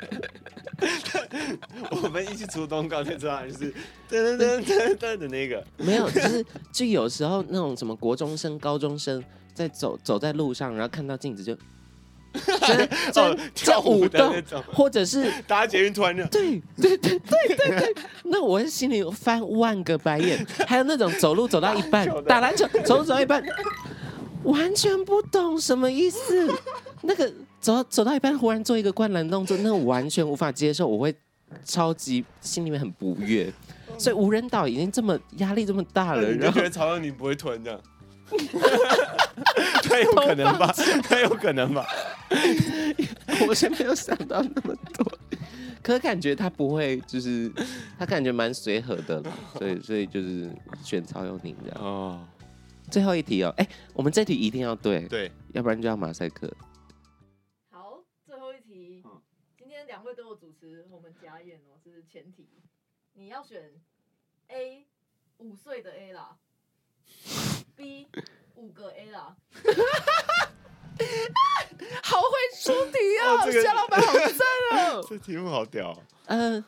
S2: 我们一起出东高铁知道就是噔
S1: 嗯
S2: 噔噔噔噔的那个，
S1: 没有，就是就有时候那种什么国中生、高中生在走走在路上，然后看到镜子就 真的
S2: 哦
S1: 真这
S2: 跳
S1: 舞
S2: 舞的
S1: 动
S2: 那种，
S1: 或者是
S2: 搭捷运突然就
S1: 对对对对对对， 那我心里翻万个白眼。还有那种走路走到一半打篮球，走路走到一半，完全不懂什么意思。那个走到走到一半忽然做一个灌篮动作，那我完全无法接受，我会超级心里面很不悦。所以无人岛已经这么压力这么大了，
S2: 你就
S1: 然后
S2: 觉得曹佑宁不会 吞这样。他有可能吧，他有可能吧。
S1: 我是没有想到那么多。可是感觉他不会，就是他感觉蛮随和的啦，所以所以就是选曹佑宁这样。
S2: 哦，
S1: 最后一题哦，哎、我们这题一定要对，
S2: 对，
S1: 要不然就要马赛克。
S4: 好，最后一题，今天两位都有主持我们家宴哦，这是前提。你要选 A 五岁的 A 啦，B 五个 A 啦，
S1: 好会出题啊
S2: 哦这个夏老
S1: 板好赞哦！
S2: 这题目好屌哦。
S1: 嗯，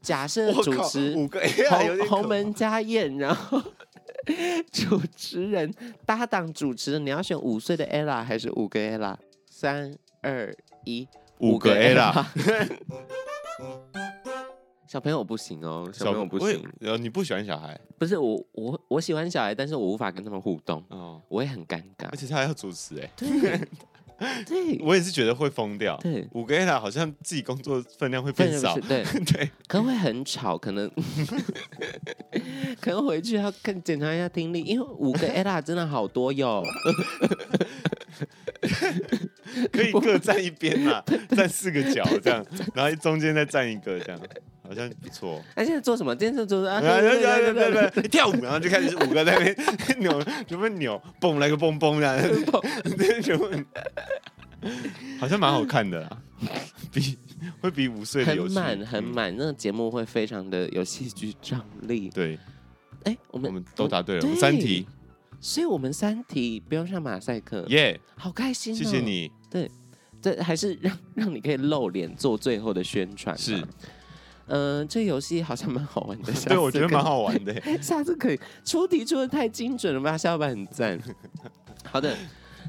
S1: 假设
S2: 我
S1: 主
S2: 靠，
S1: 持
S2: 五个 AI 有
S1: 鸿
S2: 点可
S1: 鸿门家宴，然后主持人搭档主持人，你要选五岁的 ella 还是五个 ella？三二一，
S2: 五个 Ella。
S1: 小朋友不行哦，小
S2: 小
S1: 朋友不行，
S2: 我也呃，你不喜欢小孩
S1: 不是我，我我喜欢小孩，但是我无法跟他们互动，
S2: 哦，
S1: 我也很尴尬
S2: 而。且他还要主持哎，
S1: 对，对，
S2: 我也是觉得会疯掉。
S1: 对
S2: 五个 A 好像自己工作分量会变
S1: 对
S2: 少
S1: 是，对，
S2: 对，
S1: 可能会很吵，可能 可能回去要看检查一下听力，因为五 个 ella 真的好多哟。
S2: 可以各站一边 嘛，站四个角这样，然后中间再站一个这样，好像不错。
S1: 那现在做什么？今天做啊？
S2: 啊
S1: 对对对
S2: 对对
S1: 对对
S2: 对对，跳舞，然后就开始五个在那边 扭，全部扭，蹦来个蹦蹦这样，对，全部，好像蛮好看的啦，比会比五岁的游
S1: 很
S2: 戏
S1: 满很
S2: 嗯
S1: 满，那个节目会非常的有戏剧张力。
S2: 对，
S1: 哎，我们
S2: 我们都答对了，
S1: 对
S2: 三题，
S1: 所以我们三题不用上马赛克，
S2: 耶，
S1: 好开心、哦！
S2: 谢谢。你，
S1: 这还是让 让你可以露脸做最后的宣传。
S2: 是，
S1: 嗯、这游戏好像蛮好玩的。
S2: 对我觉得蛮
S1: 好。
S2: 好玩的，
S1: 下次可以出题出的太精准了吧？小伙伴很赞。好的，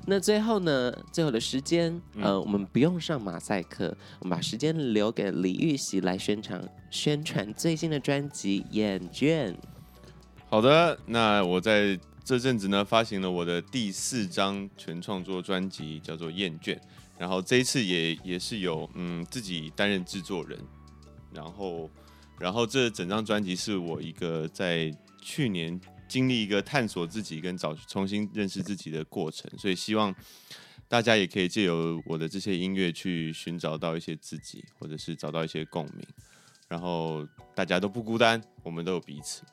S1: 那最后呢？最后的时间，呃，我们不用上马赛克，我们把时间留给李玉玺来宣传宣传最新的专辑《眼倦》。
S2: 好的，那我在这阵子呢，发行了我的第四张全创作专辑，叫做《厌倦》。然后这一次也也是有嗯自己担任制作人，然后然后这整张专辑是我一个在去年经历一个探索自己跟找重新认识自己的过程，所以希望大家也可以借由我的这些音乐去寻找到一些自己，或者是找到一些共鸣，然后大家都不孤单，我们都有彼此。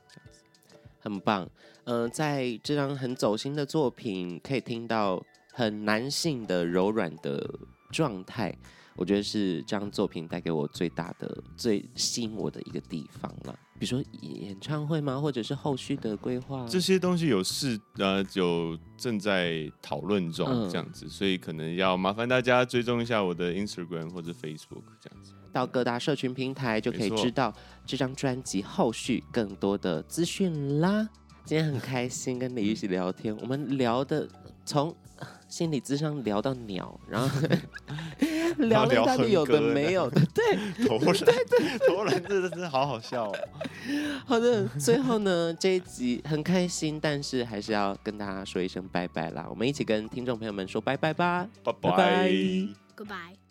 S1: 很棒。嗯、在这张很走心的作品，可以听到很男性的柔软的状态，我觉得是这张作品带给我最大的、最吸引我的一个地方了。比如说演唱会吗？或者是后续的规划？
S2: 这些东西有事呃有正在讨论中
S1: 嗯
S2: 这样子，所以可能要麻烦大家追踪一下我的 Instagram 或者 Facebook 这 样子。
S1: 到各大社群平台就可以
S2: 没错
S1: 知道这张专辑后续更多的资讯啦。今天很开心跟李玉玺聊天，我们聊的从呃心理智商聊到鸟，然 后聊了一大堆有的没有的。 对，
S2: 投篮，对对，投篮真的真的好好笑哦。
S1: 好的，最后呢这一集很开心，但是还是要跟大家说一声拜拜啦。我们一起跟听众朋友们说拜拜吧。
S2: 拜
S1: 拜拜
S2: 拜。
S5: Goodbye.